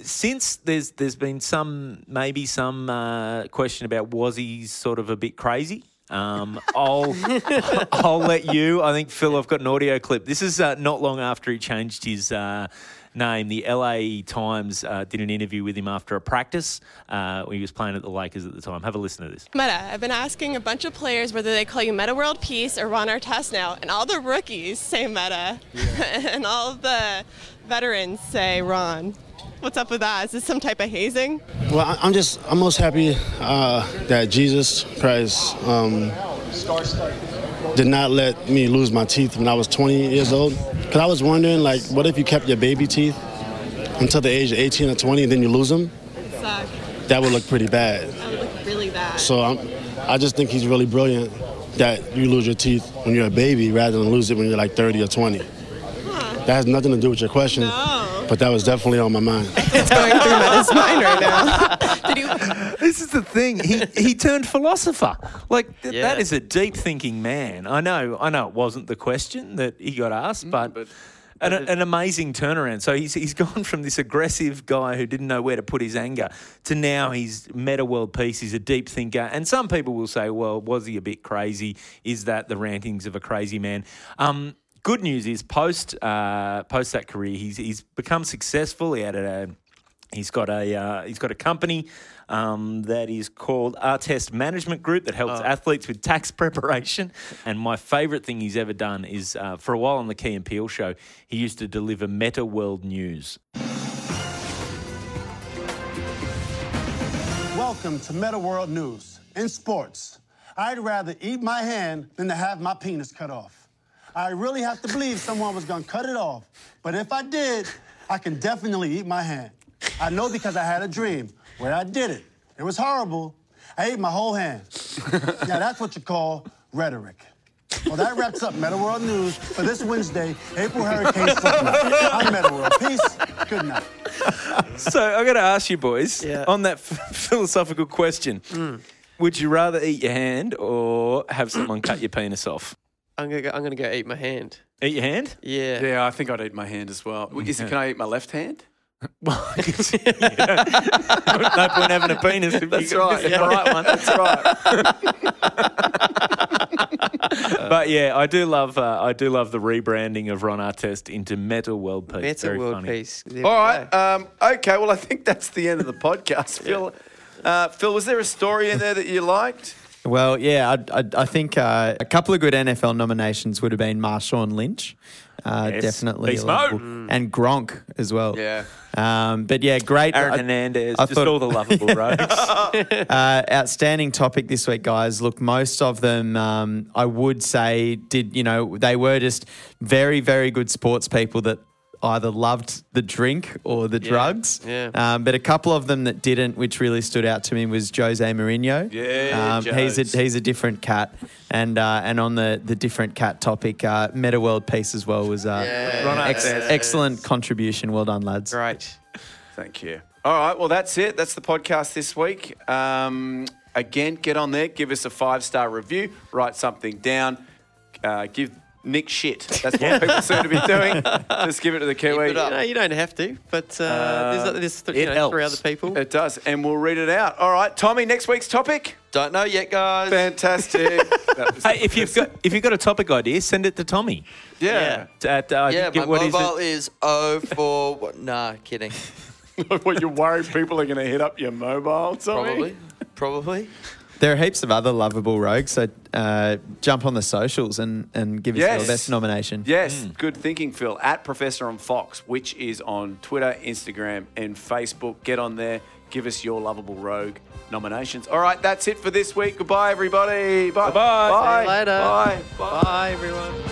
S2: since there's there's been some maybe some uh, question about was he sort of a bit crazy. Um, I'll I'll let you. I think Phil, I've got an audio clip. This is uh, not long after he changed his. Uh, Name the LA Times uh, did an interview with him after a practice. Uh, he was playing at the Lakers at the time. Have a listen to this.
S6: Meta. I've been asking a bunch of players whether they call you Meta World Peace or Ron Artest now, and all the rookies say Meta, and all the veterans say Ron. What's up with that? Is this some type of hazing?
S7: Well, I- I'm just, I'm most happy uh, that Jesus Christ um, did not let me lose my teeth when I was 20 years old. Because I was wondering, like, what if you kept your baby teeth until the age of 18 or 20 and then you lose them?
S6: suck.
S7: that would look pretty bad.
S6: That would look really bad.
S7: So I'm, I just think he's really brilliant that you lose your teeth when you're a baby rather than lose it when you're like 30 or 20. That has nothing to do with your question, but that was definitely on my mind.
S6: It's going through Meta's mind right now. Did you?
S2: This is the thing. He he turned philosopher. Like th-
S4: Yeah.
S2: that is a deep thinking man. I know. I know. It wasn't the question that he got asked, but. an, an amazing turnaround. So he's, he's gone from this aggressive guy who didn't know where to put his anger to now he's meta world peace. He's a deep thinker. And some people will say, well, was he a bit crazy? Is that the rantings of a crazy man? Um, good news is post uh, post that career, he's, he's become successful. He had a He's got a uh, he's got a company um, that is called Artest Management Group that helps athletes with tax preparation. And my favourite thing he's ever done is uh, for a while on the Key and Peel show, he used to deliver Meta World News.
S8: Welcome to Meta World News. In sports, I'd rather eat my hand than to have my penis cut off. I really have to believe someone was gonna cut it off, but if I did, I can definitely eat my hand. I know because I had a dream where I did it. It was horrible. I ate my whole hand. now that's what you call rhetoric. Well, that wraps up Meta World News for this Wednesday, April Hurricane Football. I'm Meta World. Peace. Good night.
S2: so I got to ask you boys on that f- philosophical question:
S1: Mm.
S2: Would you rather eat your hand or have someone cut your penis off?
S3: I'm gonna go, I'm gonna go eat my hand.
S2: Eat your hand?
S3: Yeah.
S1: Yeah, I think I'd eat my hand as well. Is it, can I eat my left hand?
S2: Well, no point having a penis. If
S1: That's
S2: you got-
S1: right. The right one. That's right.
S2: But yeah, I do love uh, I do love the rebranding of Ron Artest into Meta World Peace.
S3: Meta
S2: Very
S3: world
S2: funny.
S3: peace. There we
S1: All right.
S3: go.
S1: Um, okay. Well, I think that's the end of the podcast. Phil, uh, Phil, was there a story in there that you liked?
S5: Well, yeah, I, I, I think uh, a couple of good NFL nominations would have been Marshawn Lynch. Uh,
S2: Yes.
S5: Definitely.
S2: Beast
S5: eligible.
S2: mode.
S5: And Gronk as well.
S1: Yeah.
S5: Um, but yeah, great.
S2: Aaron
S5: I-
S2: Hernandez,
S5: I
S2: just
S5: thought-
S2: all the lovable rogues.
S5: Uh, outstanding topic this week, guys. Look, most of them, um, I would say, did you know they were just very, very good sports people that either loved the drink or the drugs.
S3: yeah.
S5: Um, but a couple of them that didn't, which really stood out to me, was Jose Mourinho.
S1: Yeah,
S5: um, he's a
S1: Jose.
S5: he's a different cat. And uh, and on the the different cat topic, uh, Meta World Peace as well was uh,
S2: Ron
S5: ex- excellent contribution. Well done, lads.
S3: Great.
S1: Thank you. All right. Well, that's it. That's the podcast this week. Um, again, get on there, give us a five star review, write something down, uh, give Nick shit. That's what people seem to be doing. Just give it to the Kiwi.
S4: it up.
S3: No, you don't have to, but uh, there's, there's th- you
S2: Uh, it
S3: know, three other
S2: helps.
S3: people.
S1: It does, and we'll read it out. All right, Tommy. Next week's topic.
S4: Don't know yet, guys.
S1: Fantastic. That was-
S2: hey, if you've got if you've got a topic idea, send it to Tommy.
S1: yeah.
S2: At, uh, I
S4: Yeah,
S2: forget
S4: my
S2: what is it.
S4: mobile is 04. what- Nah, kidding.
S1: what you're worried people are going to hit up your mobile? Tommy?
S4: Probably. Probably.
S5: There are heaps of other lovable rogues, so uh, jump on the socials and, and give us
S1: Yes.
S5: your best nomination.
S1: Yes, good thinking, Phil. At Professor on Fox, which is on Twitter, Instagram, and Facebook. Get on there. Give us your lovable rogue nominations. All right, that's it for this week. Goodbye, everybody. Bye.
S2: Bye-bye.
S1: Bye.
S3: See you later.
S1: Bye. Bye.
S3: Bye, everyone.